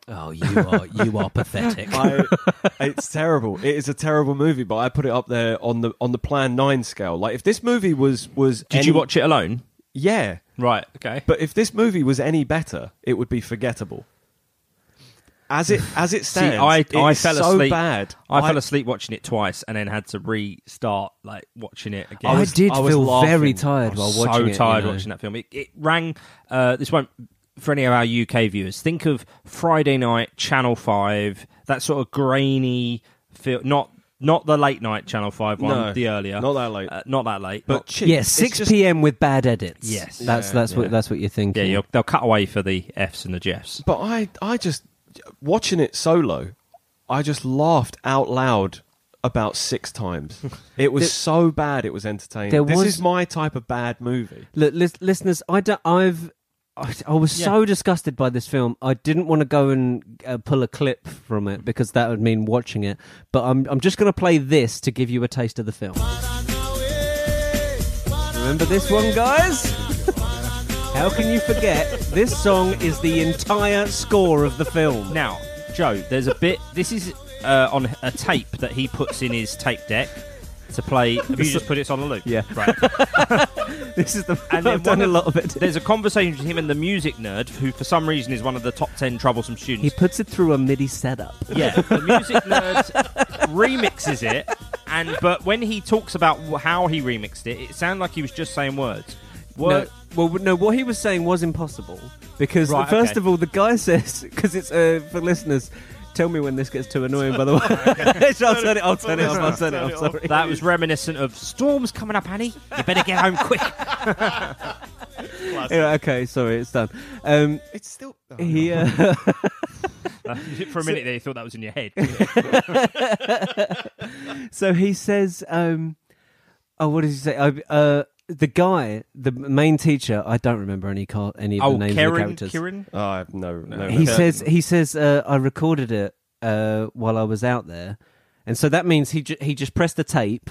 Oh, you are you are pathetic.
I, it's terrible. It is a terrible movie, but I put it up there on the on the Plan Nine scale. Like if this movie was was
Did
any-
you watch it alone?
Yeah,
Right. Okay.
but if this movie was any better, it would be forgettable. As it as it
See,
stands,
I,
it
I
is
fell
so
asleep.
bad.
I, fell asleep watching it twice, and then had to restart like watching it again.
I,
was-
did
I was
feel
laughing.
very
I
tired
was
while
so
watching it.
tired
you know.
watching that film. It, it rang. Uh, this won't for any of our UK viewers. Think of Friday night Channel Five, that sort of grainy feel. Not not the late night Channel Five one,
No,
the earlier,
not that late.
uh, not that late,
But
but.
cheap.
Yeah,
It's
six
just-
p.m. with bad edits.
Yes.
that's that's what that's what you're
Yeah,
thinking.
you'll, they'll cut away for the Fs and the Jeffs.
But I I just watching it solo, I just laughed out loud about six times. It was so bad. It was entertaining.
there
this
was-
is my type of bad movie.
Look, lis- listeners, I don't, I've, I, I was so disgusted by this film. I didn't want to go and uh, pull a clip from it because that would mean watching it. But I'm, I'm just going to play this to give you a taste of the film. Remember this one, guys? How can you forget? This song is the entire score of the film.
Now, Joe, there's a bit. This is uh, on a tape that he puts in his tape deck to play. Have you just put it on a loop?
Yeah.
Right.
This is the.
And then
I've done
one
a
of-
lot of it.
There's a conversation between him and the music nerd, who for some reason is one of the top ten troublesome
He
students.
puts it through a MIDI setup.
yeah, the music nerd remixes it, and but when he talks about wh- how he remixed it, it sounded like he was just saying words. Word,
No, well, no. What he was saying was impossible because
Right,
first
okay.
of all, the guy says because it's uh, for listeners. Tell me when this gets too annoying. By the way, I'll turn it. I'll turn it off. I'll turn it off. Sorry.
That was reminiscent of storms coming up, Annie. You better get home quick.
Anyway, okay, sorry, it's done. Um,
It's still. oh,
he, uh,
For a minute there, you thought that was in your head.
so he says, um, "Oh, what does he say?" I, uh, the guy, the main teacher, I don't remember any car- any of the
oh,
names of the
Kieran,
characters.
Kieran.
no. Oh, I have no. no
He
no.
says, "He says uh, I recorded it uh, while I was out there, and so that means he ju- he just pressed a tape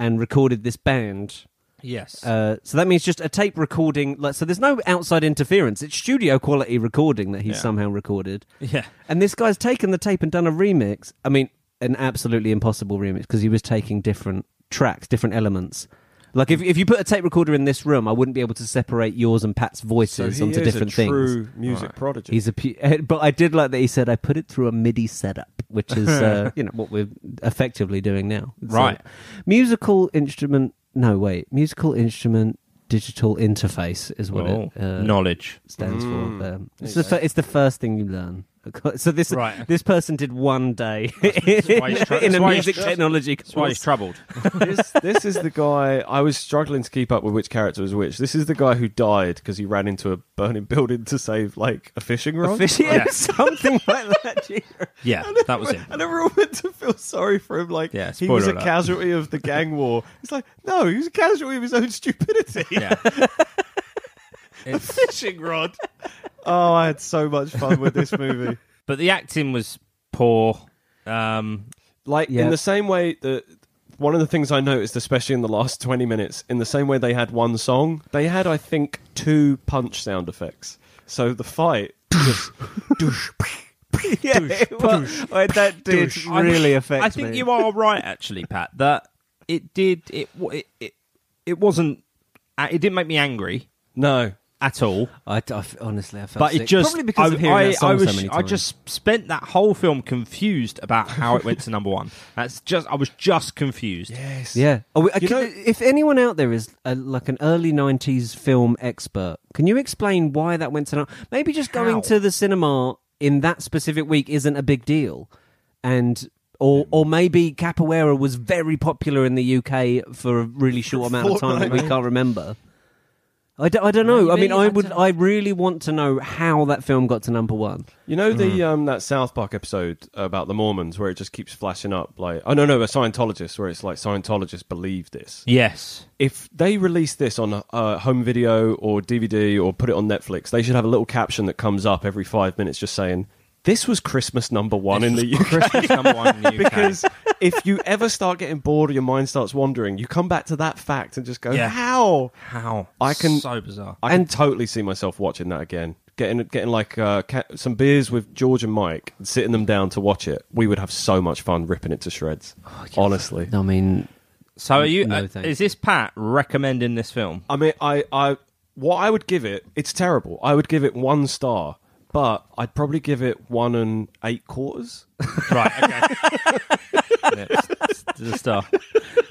and recorded this band."
Yes.
Uh, so that means just a tape recording. Like, so there's no outside interference. It's studio quality recording that he's
Yeah.
somehow recorded.
yeah.
And this guy's taken the tape and done a remix. I mean, an absolutely impossible remix because he was taking different tracks, different elements. Like if if you put a tape recorder in this room, I wouldn't be able to separate yours and Pat's
So
voices
he
onto
is
different
a
things.
true music prodigy.
He's a, pu- but I did like that he said I put it through a MIDI setup, which is uh, you know what we're effectively doing now. So,
Right.
musical instrument. No, wait, musical instrument digital interface is what
Oh,
it uh,
knowledge. Mm.
stands for. Um, it's, the fir- it's the first thing you learn. So this
Right.
this person did one day
why he's tr-
in
that's
a
why
music
he's-
technology
That's why he's
course.
troubled.
this, this is the guy I was struggling to keep up with which character was which. This is the guy who died because he ran into a burning building to save like a fishing rod.
Fish- yeah, something like that. yeah.
Yeah, that was it.
And everyone meant to feel sorry for him, like
Yeah,
he
spoiler
was a
alert.
casualty of the gang war. It's like no, he was a casualty of his own stupidity.
Yeah. It's-
fishing rod. Oh, I had so much fun with this movie.
but the acting was poor. Um,
Like
Yeah.
in the same way that one of the things I noticed, especially in the last twenty minutes, in the same way they had one song, they had I think two punch sound effects. So the fight just
Yeah, it was- well, that did
I-
really affect
I think
me.
you are right, actually, Pat. That it did. It wa- it it, it wasn't. uh, It didn't make me angry
no.
at all.
I, I f- honestly, I felt
But
sick.
it just
probably because
I,
of hearing
I,
that song
I was,
so many
I
times.
just spent that whole film confused about how it went to number one. That's just I was just confused.
Yes.
yeah. Oh, we- I
You
could-
know-
if anyone out there is a, like an early '90s film expert, can you explain why that went to? no- Maybe just
How?
going to the cinema in that specific week isn't a big deal, and. Or, or maybe capoeira was very popular in the UK for a really short amount of time that we can't remember. I don't, I don't know. I mean,
Maybe,
I
I
would.
don't-
I really want to know how that film got to number one.
You know
Mm.
the um that South Park episode about the Mormons where it just keeps flashing up like oh no no a Scientologist where it's like Scientologists believe this.
Yes.
if they release this on uh, home video or DVD or put it on Netflix, they should have a little caption that comes up every five minutes just saying, This was Christmas number one in the UK.
Christmas number one in the UK.
Because if you ever start getting bored or your mind starts wandering, you come back to that fact and just go,
Yeah.
How?
how
I can-
so bizarre.
I can totally see myself watching that again. Getting, getting like uh, ca- some beers with George and Mike, and sitting them down to watch it. We would have so much fun ripping it to shreds.
Oh,
Honestly.
I mean,
So are you?
No,
uh,
thank
is this Pat recommending this film?
I mean, I, I, what I would give it, it's terrible. I would give it one star, but I'd probably give it one and eight quarters.
right. Okay. yeah, it's- it's the star.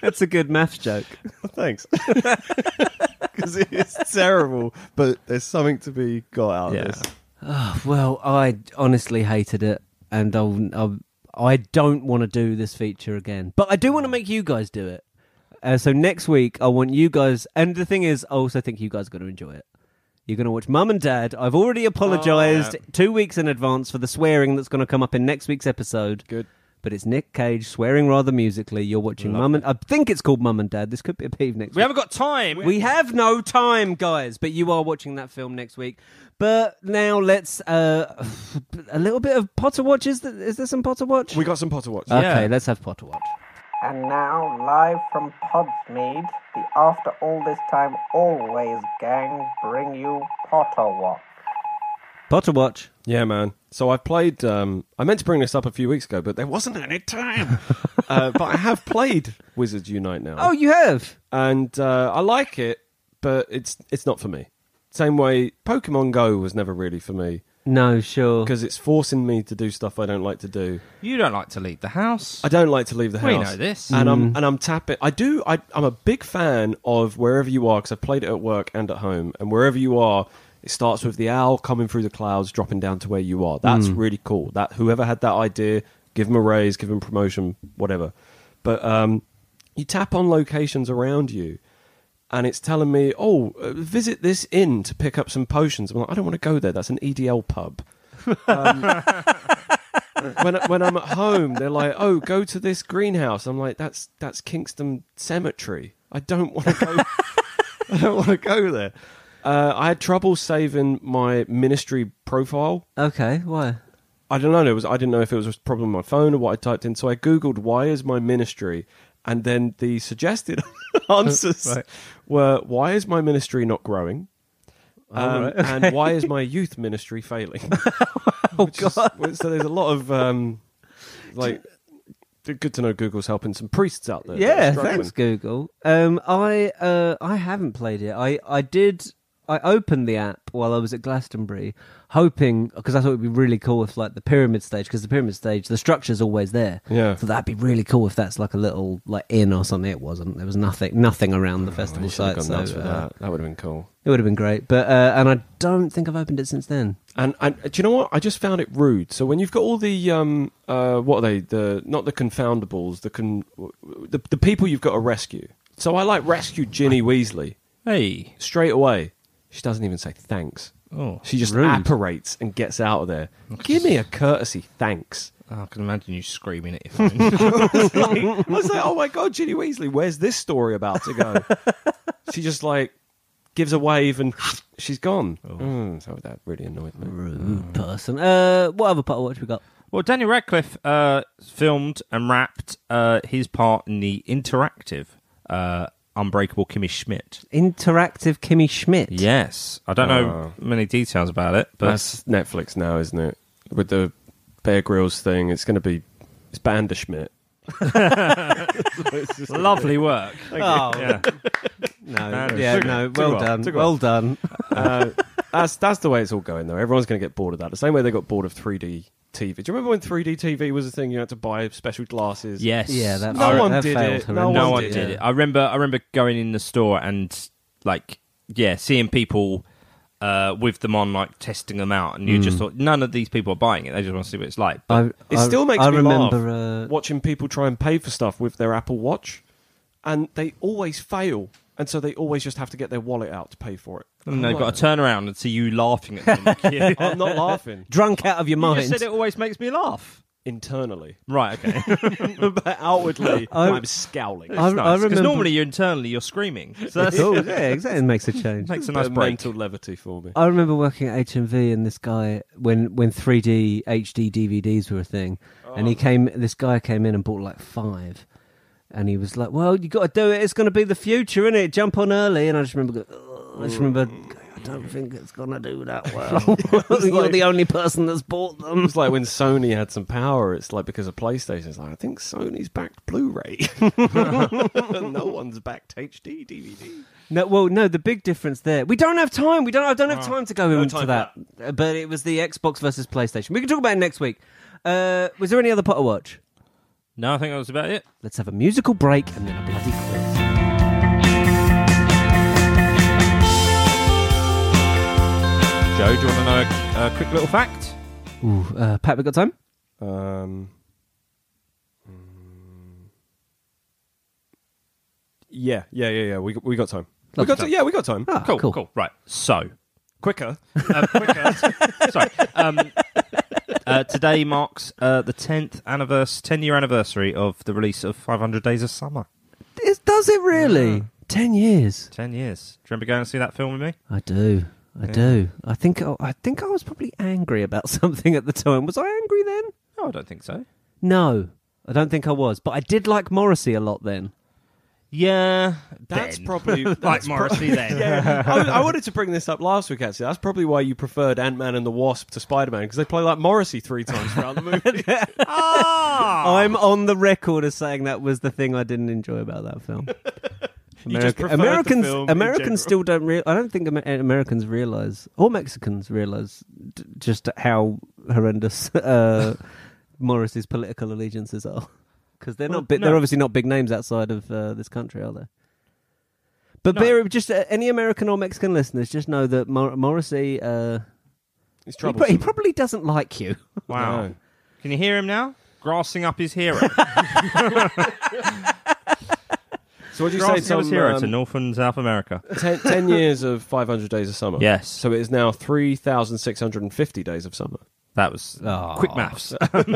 that's a good maths joke.
Thanks. Because it is terrible, but there's something to be got out
Yeah.
of this.
Well, I honestly hated it, and I'll, I'll, I don't want to do this feature again. But I do want to make you guys do it. Uh, so next week, I want you guys. And the thing is, I also think you guys are going to enjoy it. You're going to watch Mum and Dad. I've already apologized two weeks in advance for the swearing that's going to come up in next week's episode.
Good.
But it's Nick Cage swearing rather musically. You're watching Mum and I think it's called Mum and Dad. This could be a peeve next
We
week.
haven't got time.
We have no time, guys, but you are watching that film next week. But now let's uh, a little bit of Potter Watch. Is, th- is there some Potter Watch?
We got some Potter Watch.
okay,
Yeah.
let's have Potter Watch.
And now, live from Podsmead, the After All This Time Always gang bring you Potter Watch.
Potter Watch.
Yeah, man. So I played. Um, I meant to bring this up a few weeks ago, but there wasn't any time. uh, but I have played Wizards Unite now.
Oh, you have.
and uh, I like it, but it's it's not for me. Same way Pokemon Go was never really for me.
No, sure.
because it's forcing me to do stuff I don't like to do.
You don't like to leave the house.
I don't like to leave the
We
house.
know this.
and I'm and I'm tapping. I do. I, I'm a big fan of wherever you are because I've played it at work and at home, and wherever you are. It starts with the owl coming through the clouds, dropping down to where you are. That's really cool. That whoever had that idea, give them a raise, give them promotion, whatever. But um, you tap on locations around you, and it's telling me, "Oh, uh, visit this inn to pick up some potions." I'm like, "I don't want to go there. That's an EDL pub." Um, when when I'm at home, they're like, "Oh, go to this greenhouse." I'm like, "That's that's Kingston Cemetery. I don't want to go. I don't want to go there." Uh, I had trouble saving my ministry profile
Okay, why?
I don't know. It was I didn't know if it was a problem with my phone or what I typed in. So I googled why is my ministry, and then the suggested answers
Right.
were why is my ministry not growing, um,
right,
and why is my youth ministry failing.
Oh
Just- so there's a lot of um, like. Good to know Google's helping some priests out there. that are
yeah,
struggling.
thanks Google. Um, I uh, I haven't played it. I I did. I opened the app while I was at Glastonbury, hoping because I thought it'd be really cool if like the pyramid stage, because the pyramid stage, the structure's always there.
Yeah.
So that'd be really cool if that's like a little like inn or something. It wasn't. There was nothing nothing around
Oh,
the
they
festival
should have
site.
gone
So
nuts with
uh,
that. That would have been cool.
it would have been great. But uh, and I don't think I've opened it since then.
And, and uh, do you know what? I just found it rude. So when you've got all the um, uh, what are they? The not the confoundables, the con, the, the people you've got to rescue. So I like rescue Ginny Weasley
Hey.
straight away. She doesn't even say thanks.
Oh,
she just
rude.
apparates and gets out of there. Give me a courtesy thanks.
Oh, I can imagine you screaming at your phone.
I was like, oh my god, Ginny Weasley, where's this story about to go? she just like gives a wave and she's gone. Mm, so that really annoyed me. Hmm.
Rude person. Uh, what other part watch we got?
well, Daniel Radcliffe uh, filmed and wrapped uh, his part in the interactive uh, Unbreakable Kimmy Schmidt.
Interactive Kimmy Schmidt.
Yes. Oh. I don't know many details about it, but
That's Netflix now, isn't it? With the Bear Grylls thing, it's going to be it's Banderschmidt.
lovely work.
Oh
Yeah.
no.
no,
yeah
took it,
no.
took
Well
it off,
done.
took it
Well done.
Uh, that's that's the way it's all going though. Everyone's going to get bored of that. The same way they got bored of 3D TV. Do you remember when 3D TV was a thing? You had to buy special glasses.
Yes.
Yeah, that
No
fa-
one
that
did
failed
it. No
no,
one
one
did
did,
it.
it. I remember. I remember going in the store and like, yeah, seeing people uh, with them on, like testing them out, and you just thought none of these people are buying it. They just want to see what it's like. But
I,
It
I-
still makes
I
me
remember,
laugh
Uh,
watching people try and pay for stuff with their Apple Watch, and they always fail, and so they always just have to get their wallet out to pay for it.
and they've got to turn around and see you laughing at them. you
I'm not laughing
drunk out of your
just
mind.
said it always makes me laugh.
internally,
Right. Okay.
but outwardly
I-
I'm scowling.
I, I
Because
remember.
normally you're internally you're screaming. So that's
oh, yeah, exactly. It makes a change.
makes a nice
The
break.
mental levity for me.
I remember working at HMV and this guy when when 3D HD DVDs were a thing, and he
Oh.
came. This guy came in and bought like five, and he was like, "Well, you got to do it. It's going to be the future, isn't it? Jump on early." And I just remember, going, "Ugh," I just remember, going, I don't think it's going to do that well. You're
like-
the only person that's bought them.
It's like when Sony had some power. It's like because of PlayStation. It's like I think Sony's backed Blu-ray. no one's backed HD DVD.
No, well, no. The big difference there, we don't have time. We don't. I don't have time to go into
time for
that. Uh, But it was the Xbox versus PlayStation. We can talk about it next week. Uh, was there any other Potter watch?
No, I think that was about it.
Let's have a musical break and then a bloody quiz.
Joe, do you want to know a, a quick little fact?
Ooh, uh, Pat, we got time?
Um. mm. Yeah, yeah, yeah, yeah. We we got time. We got time. Yeah, we got time.
Ah,
cool, cool, Right. So, quicker, uh, quicker. sorry. Um, uh, today marks uh, the tenth anniversary, ten year anniversary of the release of Five Hundred Days of Summer.
Is- does it really? Ten years.
Ten years. Do you remember going to see that film with me?
I do. I do. I think. oh, I, I think I was probably angry about something at the time. Was I angry then?
No, I don't think so.
No, I don't think I was. But I did like Morrissey a lot then.
Yeah,
That's
then.
probably
like
that's
Morrissey then.
Yeah, I, I wanted to bring this up last week. Actually, that's probably why you preferred Ant Man and the Wasp to Spider Man because they play like Morrissey three times throughout the movie.
Ah,
I'm on the record as saying that was the thing I didn't enjoy about that film.
You just preferred the
Americans,
film in general.
Americans still don't. Real, I don't think Amer- Americans realize, or Mexicans realize, d- just how horrendous uh, Morris's political allegiances are. Because they're
Well,
not. Bi- They're
no.
obviously not big names outside of uh, this country, are they? But
No.
bear, just uh, any American or Mexican listeners, just know that Mor- Morrissey, uh,
It's
he,
trouble.
pro- he probably doesn't like you.
wow.
No.
Can you hear him now? Grassing up his hero.
So what do you say?
Grassy
Some,
was hero
um,
to North and South America.
ten, 10 years of 500 days of summer.
Yes.
So it is now 3,650 days of summer.
That was uh,
Aw.
quick maths.
very,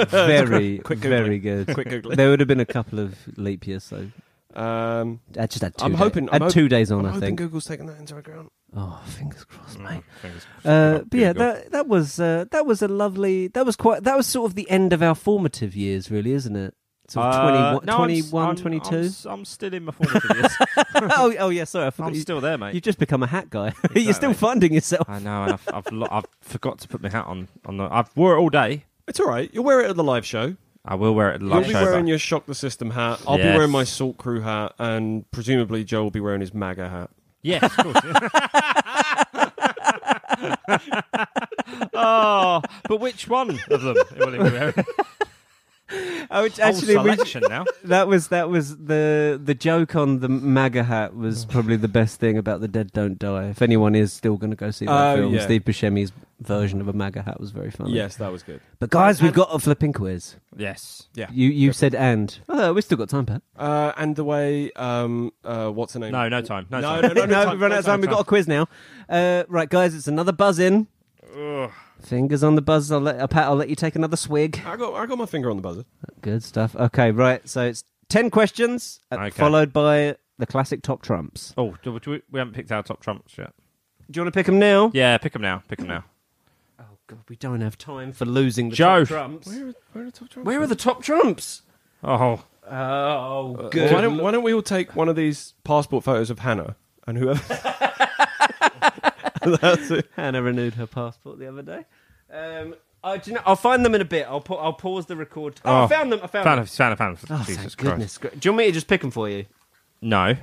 very good.
Quick Googling.
There would have been a couple of leap years, so
Um,
I just had two.
I'm
da-
hoping.
add
I'm hop-
two days on.
I'm
i
hoping
think.
Google's taking that into account.
Oh, fingers crossed,
Mm.
mate.
Fingers crossed.
Uh, but yeah,
Google.
that that was uh, that was a lovely. That was quite. That was sort of the end of our formative years, really, isn't it? Sort of
Uh,
21,
no, I'm s-
21,
I'm-
22?
I'm, s- I'm still in my formative years.
oh, oh yeah, sorry, I forgot.
I'm
you,
still there, mate.
You've just become a hat guy. You're still
Exactly.
funding yourself.
I know, and I've I've, lo- I've forgot to put my hat on. On the, I've wore it all day.
It's all right. You'll wear it at the live show.
I will wear it at the
You'll
live
be
show.
wearing
but-
your shock the system hat. I'll be
Yes.
wearing my salt crew hat, and presumably Joe will be wearing his MAGA hat.
Yes, of course. oh, but which one of them? Will it be wearing?
Oh, it's
Whole
actually, we,
selection now.
that was that was the the joke on the MAGA hat was probably the best thing about the Dead Don't Die. If anyone is still going to go see
Oh,
that film,
yeah.
Steve Buscemi's version of a MAGA hat was very funny.
Yes, that was good.
but guys, we've got a flipping quiz.
Yes.
Yeah.
You you said and oh, we still got time, Pat.
Uh, and the way, um, uh, what's her name?
No, no time. No, time.
No, no, no,
no,
time,
we've run out of
no
time. We've got a quiz now. Uh, right, guys, it's another buzz in. Fingers on the buzz. I'll let uh, Pat. I'll let you take another swig.
I got, I got my finger on the buzzer.
Good stuff. Okay, right. So it's ten questions, uh,
Okay.
followed by the classic top trumps.
Oh, do, do we, we haven't picked our top trumps yet.
Do you want to pick them now?
Yeah, pick them now. Pick them now.
Oh god, we don't have time for losing the
Joe.
top trumps. Where are, the top trumps?
Oh,
Oh,
Why don't, why don't we all take one of these passport photos of Hannah and whoever? That's it.
Hannah renewed her passport the other day. Um, I, do you know, I'll find them in a bit. I'll put. I'll pause the record. Oh, I
Oh,
found them. I found,
fan
them.
of fan of fan of.
Oh,
Jesus
thank
Christ.
goodness. gra- Do you want me to just pick them for you?
No,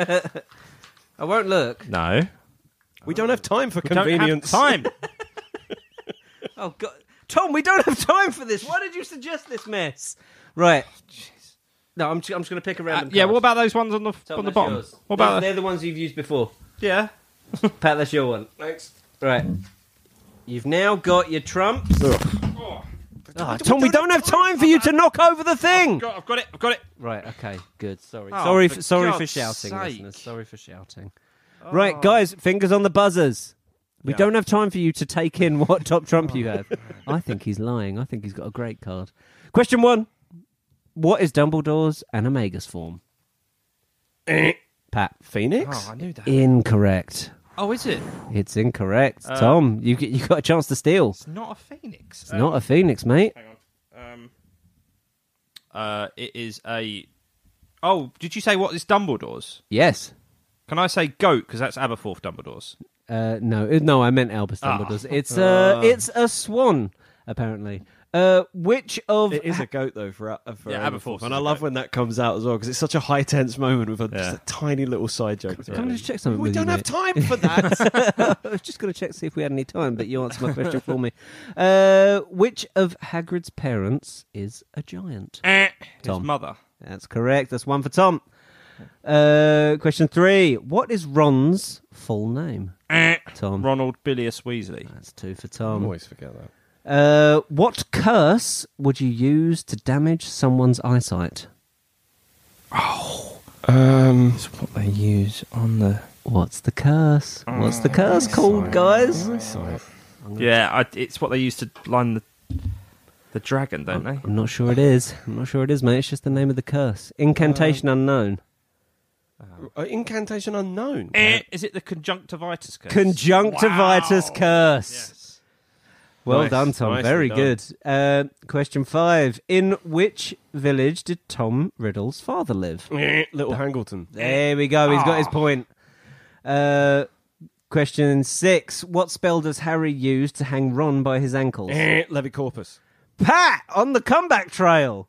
I won't look.
no.
We don't have time for
Don't have
convenience.
time.
Oh god, Tom, we don't have time for this. Why did you suggest this mess? Right. No, I'm. ju- I'm just going to pick a
Uh,
random.
yeah.
card.
What about those ones on the
Tom,
on the
that's
bottom?
yours.
What about
They're, they're the ones you've used before.
yeah?
Pat, that's your one.
Thanks.
Right. You've now got your trumps. Ah, Tom, we don't have time for you to knock over the thing.
Got, I've got it. I've got it.
Right. Okay. Good. Sorry.
Oh,
sorry.
for
For, sorry for
God's
shouting,
sake. Oh.
listeners. Sorry for shouting. Right, guys. Fingers on the buzzers. We don't have time for you to take in what top trump you
Oh,
have. I think he's lying. I think he's got a great card. Question one: What is Dumbledore's animagus form? Pat.
Phoenix?
Oh, I knew that.
Incorrect.
Oh, is it?
It's incorrect.
Uh,
Tom, you g- you got a chance to steal.
It's not a phoenix.
It's not a phoenix, mate.
Uh, it is a. Oh, did you say what is Dumbledore's?
Yes.
Can I say goat because that's Aberforth Dumbledore's?
Uh, no, uh, no, I meant Albus
Ah.
Dumbledore's. It's
Uh.
a it's a swan, apparently. Uh, which of
It is a goat though for, uh, for
Yeah,
Aberforth,
Aberforth is
and I
a
love
goat.
when that comes out as well because it's such a high tense moment with a,
Yeah.
just a tiny little side joke.
Can I just check something
we
with you,
don't have
mate?
time for that.
I was just going to check to see if we had any time, but you answered my question for me. Uh, which of Hagrid's parents is a giant?
Eh, His
Tom.
mother.
That's correct. That's one for Tom. Uh, question three: What is Ron's full name?
Eh,
Tom.
Ronald Bilious Weasley.
That's two for Tom.
always forget that.
Uh, what curse would you use to damage someone's eyesight?
Um,
That's what they use on the.
What's the curse? What's the
Oh,
curse called, guys?
Yeah, I, it's what they use to line the the dragon, don't they?
I'm not sure it is. I'm not sure it is, mate. It's just the name of the curse. Incantation unknown.
uh, incantation unknown.
Eh, is it the conjunctivitis curse?
Conjunctivitis curse.
Yes.
Well
Nice.
done, Tom.
Nicely
Very
done.
good. Uh, question five. In which village did Tom Riddle's father live?
Little Hangleton.
There we go. He's got
Ah.
his point. Uh, question six. What spell does Harry use to hang Ron by his ankles?
Eh, Levy Corpus.
Pat on the comeback trail.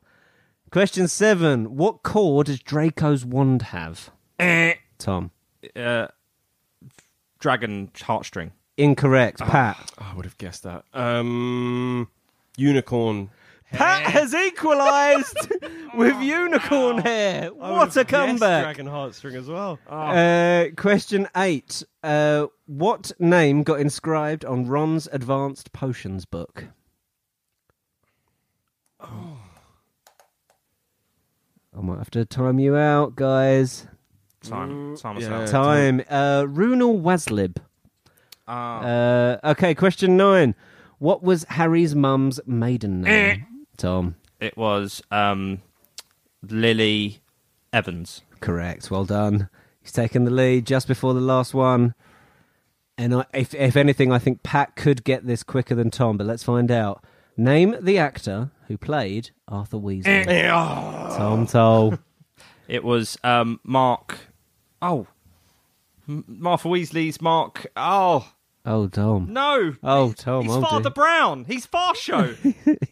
Question seven. What core does Draco's wand have?
Eh,
Tom.
uh, dragon heartstring.
Incorrect. Pat.
Oh, I would have guessed that. Um, unicorn.
Pat has equalised with unicorn hair. What a comeback.
Oh, Dragon Oh. heartstring as well.
Uh, question eight. Uh, what name got inscribed on Ron's advanced potions book? Oh. I might have to time you out, guys.
Time, time us
yeah.
out.
Time. Uh, Runal Waslib.
Ah.
Uh, okay, question nine. What was Harry's mum's maiden name?
Eh.
Tom.
It was um, Lily Evans.
Correct. Well done. He's taken the lead just before the last one. And I, if, if anything, I think Pat could get this quicker than Tom, but let's find out. Name the actor who played Arthur
Eh.
Weasley.
ah.
Tom Toll.
It was um, Mark. Oh, M- Martha Weasley's Mark. Oh
Oh, Tom.
no!
Oh, Tom.
he's
oh, dear.
Father Brown. He's Farshow.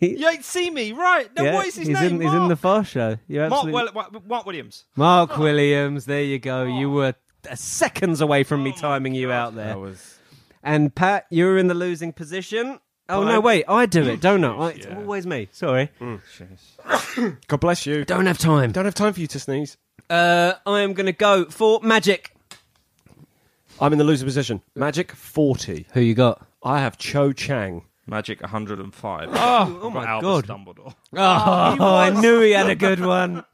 you ain't see me, right? No,
Yeah,
what is his
he's
name?
In, he's in the
Mark-
far show. You're absolutely...
Mark, well, Wa- Mark Williams. Oh.
Mark Williams, there you go. You were uh, seconds away from
Oh
me timing you out there.
was
And Pat, you're in the losing position. Oh no, wait, I do it, don't I? It's always me. Sorry,
Mm. God bless you. Don't,
don't have time.
have time for you to sneeze.
Uh, I am going to go for magic.
I'm in the loser position. Magic 40.
Who you got?
I have Cho Chang.
Magic 105. Oh,
my
Albus Dumbledore.
Oh, I knew he had a good one.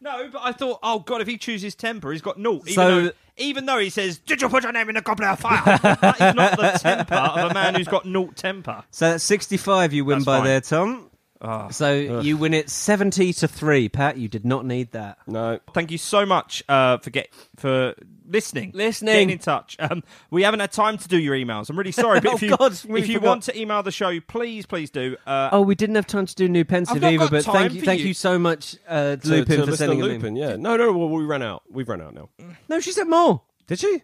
No, but I thought, oh god, if he chooses temper, he's got naught. Even,
So-
though, even though he says, "Did you put your name in the goblet of fire?" that is not the temper of a man who's got naught temper.
So that's 65 you win
That's
by
fine.
there, Tom.
Ah.
so you win it 70 to 3, Pat. You did not need that.
No.
Thank you so much uh, for get for listening,
Listening.
getting in touch. Um, we haven't had time to do your emails. I'm really sorry, but
Oh,
if you
God, we
if you
forgot.
want to email the show, please please do. Uh,
Oh, we didn't have time to do new
I've
pensive
not
either,
got
but
time
thank you,
for
thank
you.
you so much, uh,
To-
Lupin,
to
for
Mr.
sending them in.
Lupin, yeah. No, no, well, we ran out. We've run out now.
No, she said more.
Did she?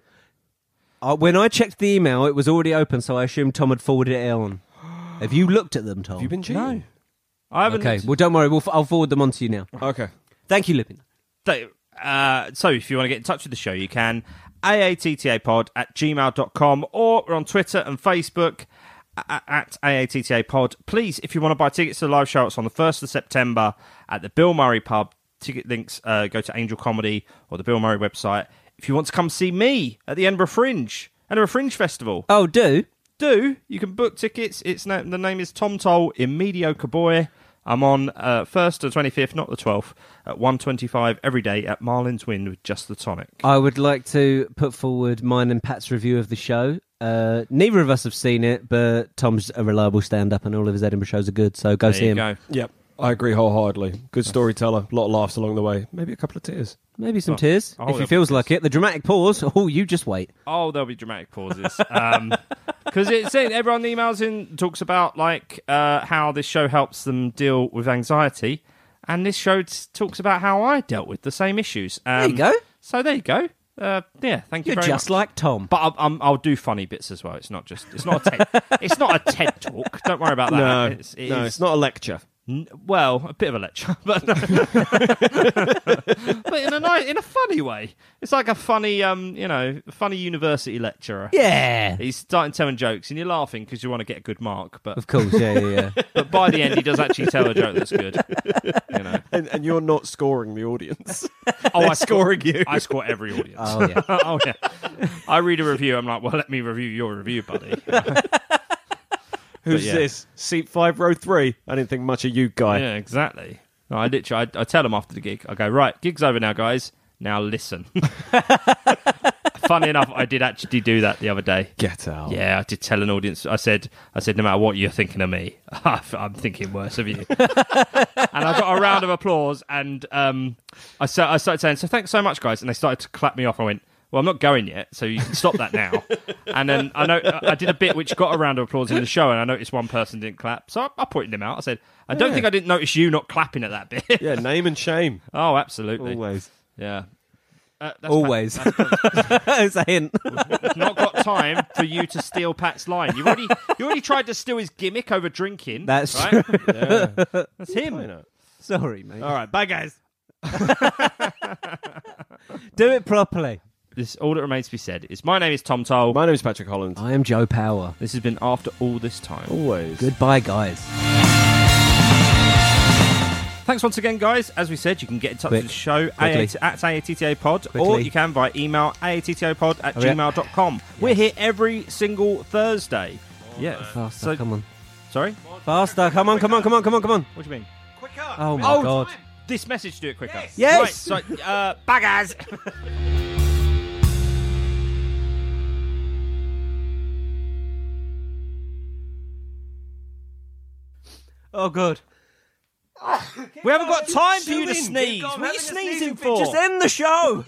Uh, when I checked the email, it was already open, so I assumed Tom had forwarded it on. Have you looked at them, Tom?
Have you been cheating?
I haven't.
okay, well, don't worry. We'll f- I'll forward them on to you now.
Okay.
Thank you, Lupin.
Th- uh, so if you want to get in touch with the show, you can aattapod at gmail.com or we're on Twitter and Facebook a- a- at aattapod. Please, if you want to buy tickets to the live show, it's on the 1st of September at the Bill Murray Pub. Ticket links uh, go to Angel Comedy or the Bill Murray website. If you want to come see me at the Edinburgh Fringe, Edinburgh Fringe Festival,
Oh, do?
do you can book tickets. It's na- the name is Tom Toll in Mediocre Boy. I'm on uh, first to twenty fifth, not the twelfth, at one twenty five every day at Marlin's Wind with just the tonic.
I would like to put forward mine and Pat's review of the show. Uh, neither of us have seen it, but Tom's a reliable stand-up, and all of his Edinburgh shows are good. So go
there
see
you
him.
go.
Yep. I agree wholeheartedly. Good storyteller. A lot of laughs along the way. Maybe a couple of tears.
Maybe some tears
Oh,
if he
there'll
feels
be
like it. The dramatic pause. Oh, you just wait.
Oh, there'll be dramatic pauses because it's saying everyone emails in talks about like uh, how this show helps them deal with anxiety, and this show t- talks about how I dealt with the same issues. Um,
you go.
So there you go. Uh, yeah, thank you.
You're
very
just
much.
like Tom.
But I'll, I'm, I'll do funny bits as well. It's not just it's not a TED, it's not a TED talk. Don't worry about that. it's, it
no,
is-
Uh, it's not a lecture.
n- well, a bit of a lecture, but but in a nice, in a funny way. It's like a funny um you know funny university lecturer.
yeah.
He's starting telling jokes and you're laughing because you want to get a good mark, but
Of course. Yeah, yeah, yeah.
but by the end he does actually tell a joke that's good. You know,
And, and you're not scoring the audience.
oh, I scoring you. I score every audience.
oh, yeah.
oh yeah. I read a review. I'm like, well, let me review your review, buddy.
Who's
yeah.
this? Seat five, row three. I didn't think much of you, guy.
Yeah, exactly. No, I literally, I, I tell them after the gig, I go, right, gig's over now, guys. Now listen. Funny enough, I did actually do that the other day.
Get out.
Oh. Yeah, I did tell an audience. I said, I said, no matter what you're thinking of me, I'm thinking worse of you. and I got a round of applause, and um, I, sa- I started saying, so thanks so much, guys. And they started to clap me off. I went, well, I'm not going yet, so you can stop that now. and then I know I did a bit which got a round of applause in the show, and I noticed one person didn't clap, so I, I pointed him out. I said, I don't think I didn't notice you not clapping at that bit.
Yeah, name and shame.
oh, absolutely.
Always.
Yeah. Uh, that's
Always. it's a hint.
not got time for you to steal Pat's line. You already you already tried to steal his gimmick over drinking.
That's
right.
true.
That's him.
Sorry, mate.
All right, bye guys.
Do it properly.
This all that remains to be said is my name is Tom Toll.
My name's Patrick Holland.
I am Joe Power.
this has been after all this time.
Oh.
Always.
Goodbye, guys.
Thanks once again, guys. As we said, you can get in touch
Quick.
with the show
Quickly.
AA at AATTA Pod, or
Quickly. Oh,
you can via email aattapod at
yeah.
gmail.com. We're here every single Thursday. Yeah.
Faster,
So-
come on.
Sorry?
Faster, come on, come on, come on, come on, come on.
What do you mean?
Oh, my God.
this message do it quicker. Yes.
Yes.
Right, so, uh, baggers.
Oh, good. Ah.
we haven't got time for you to sneeze. What are you sneezing for?
end the show.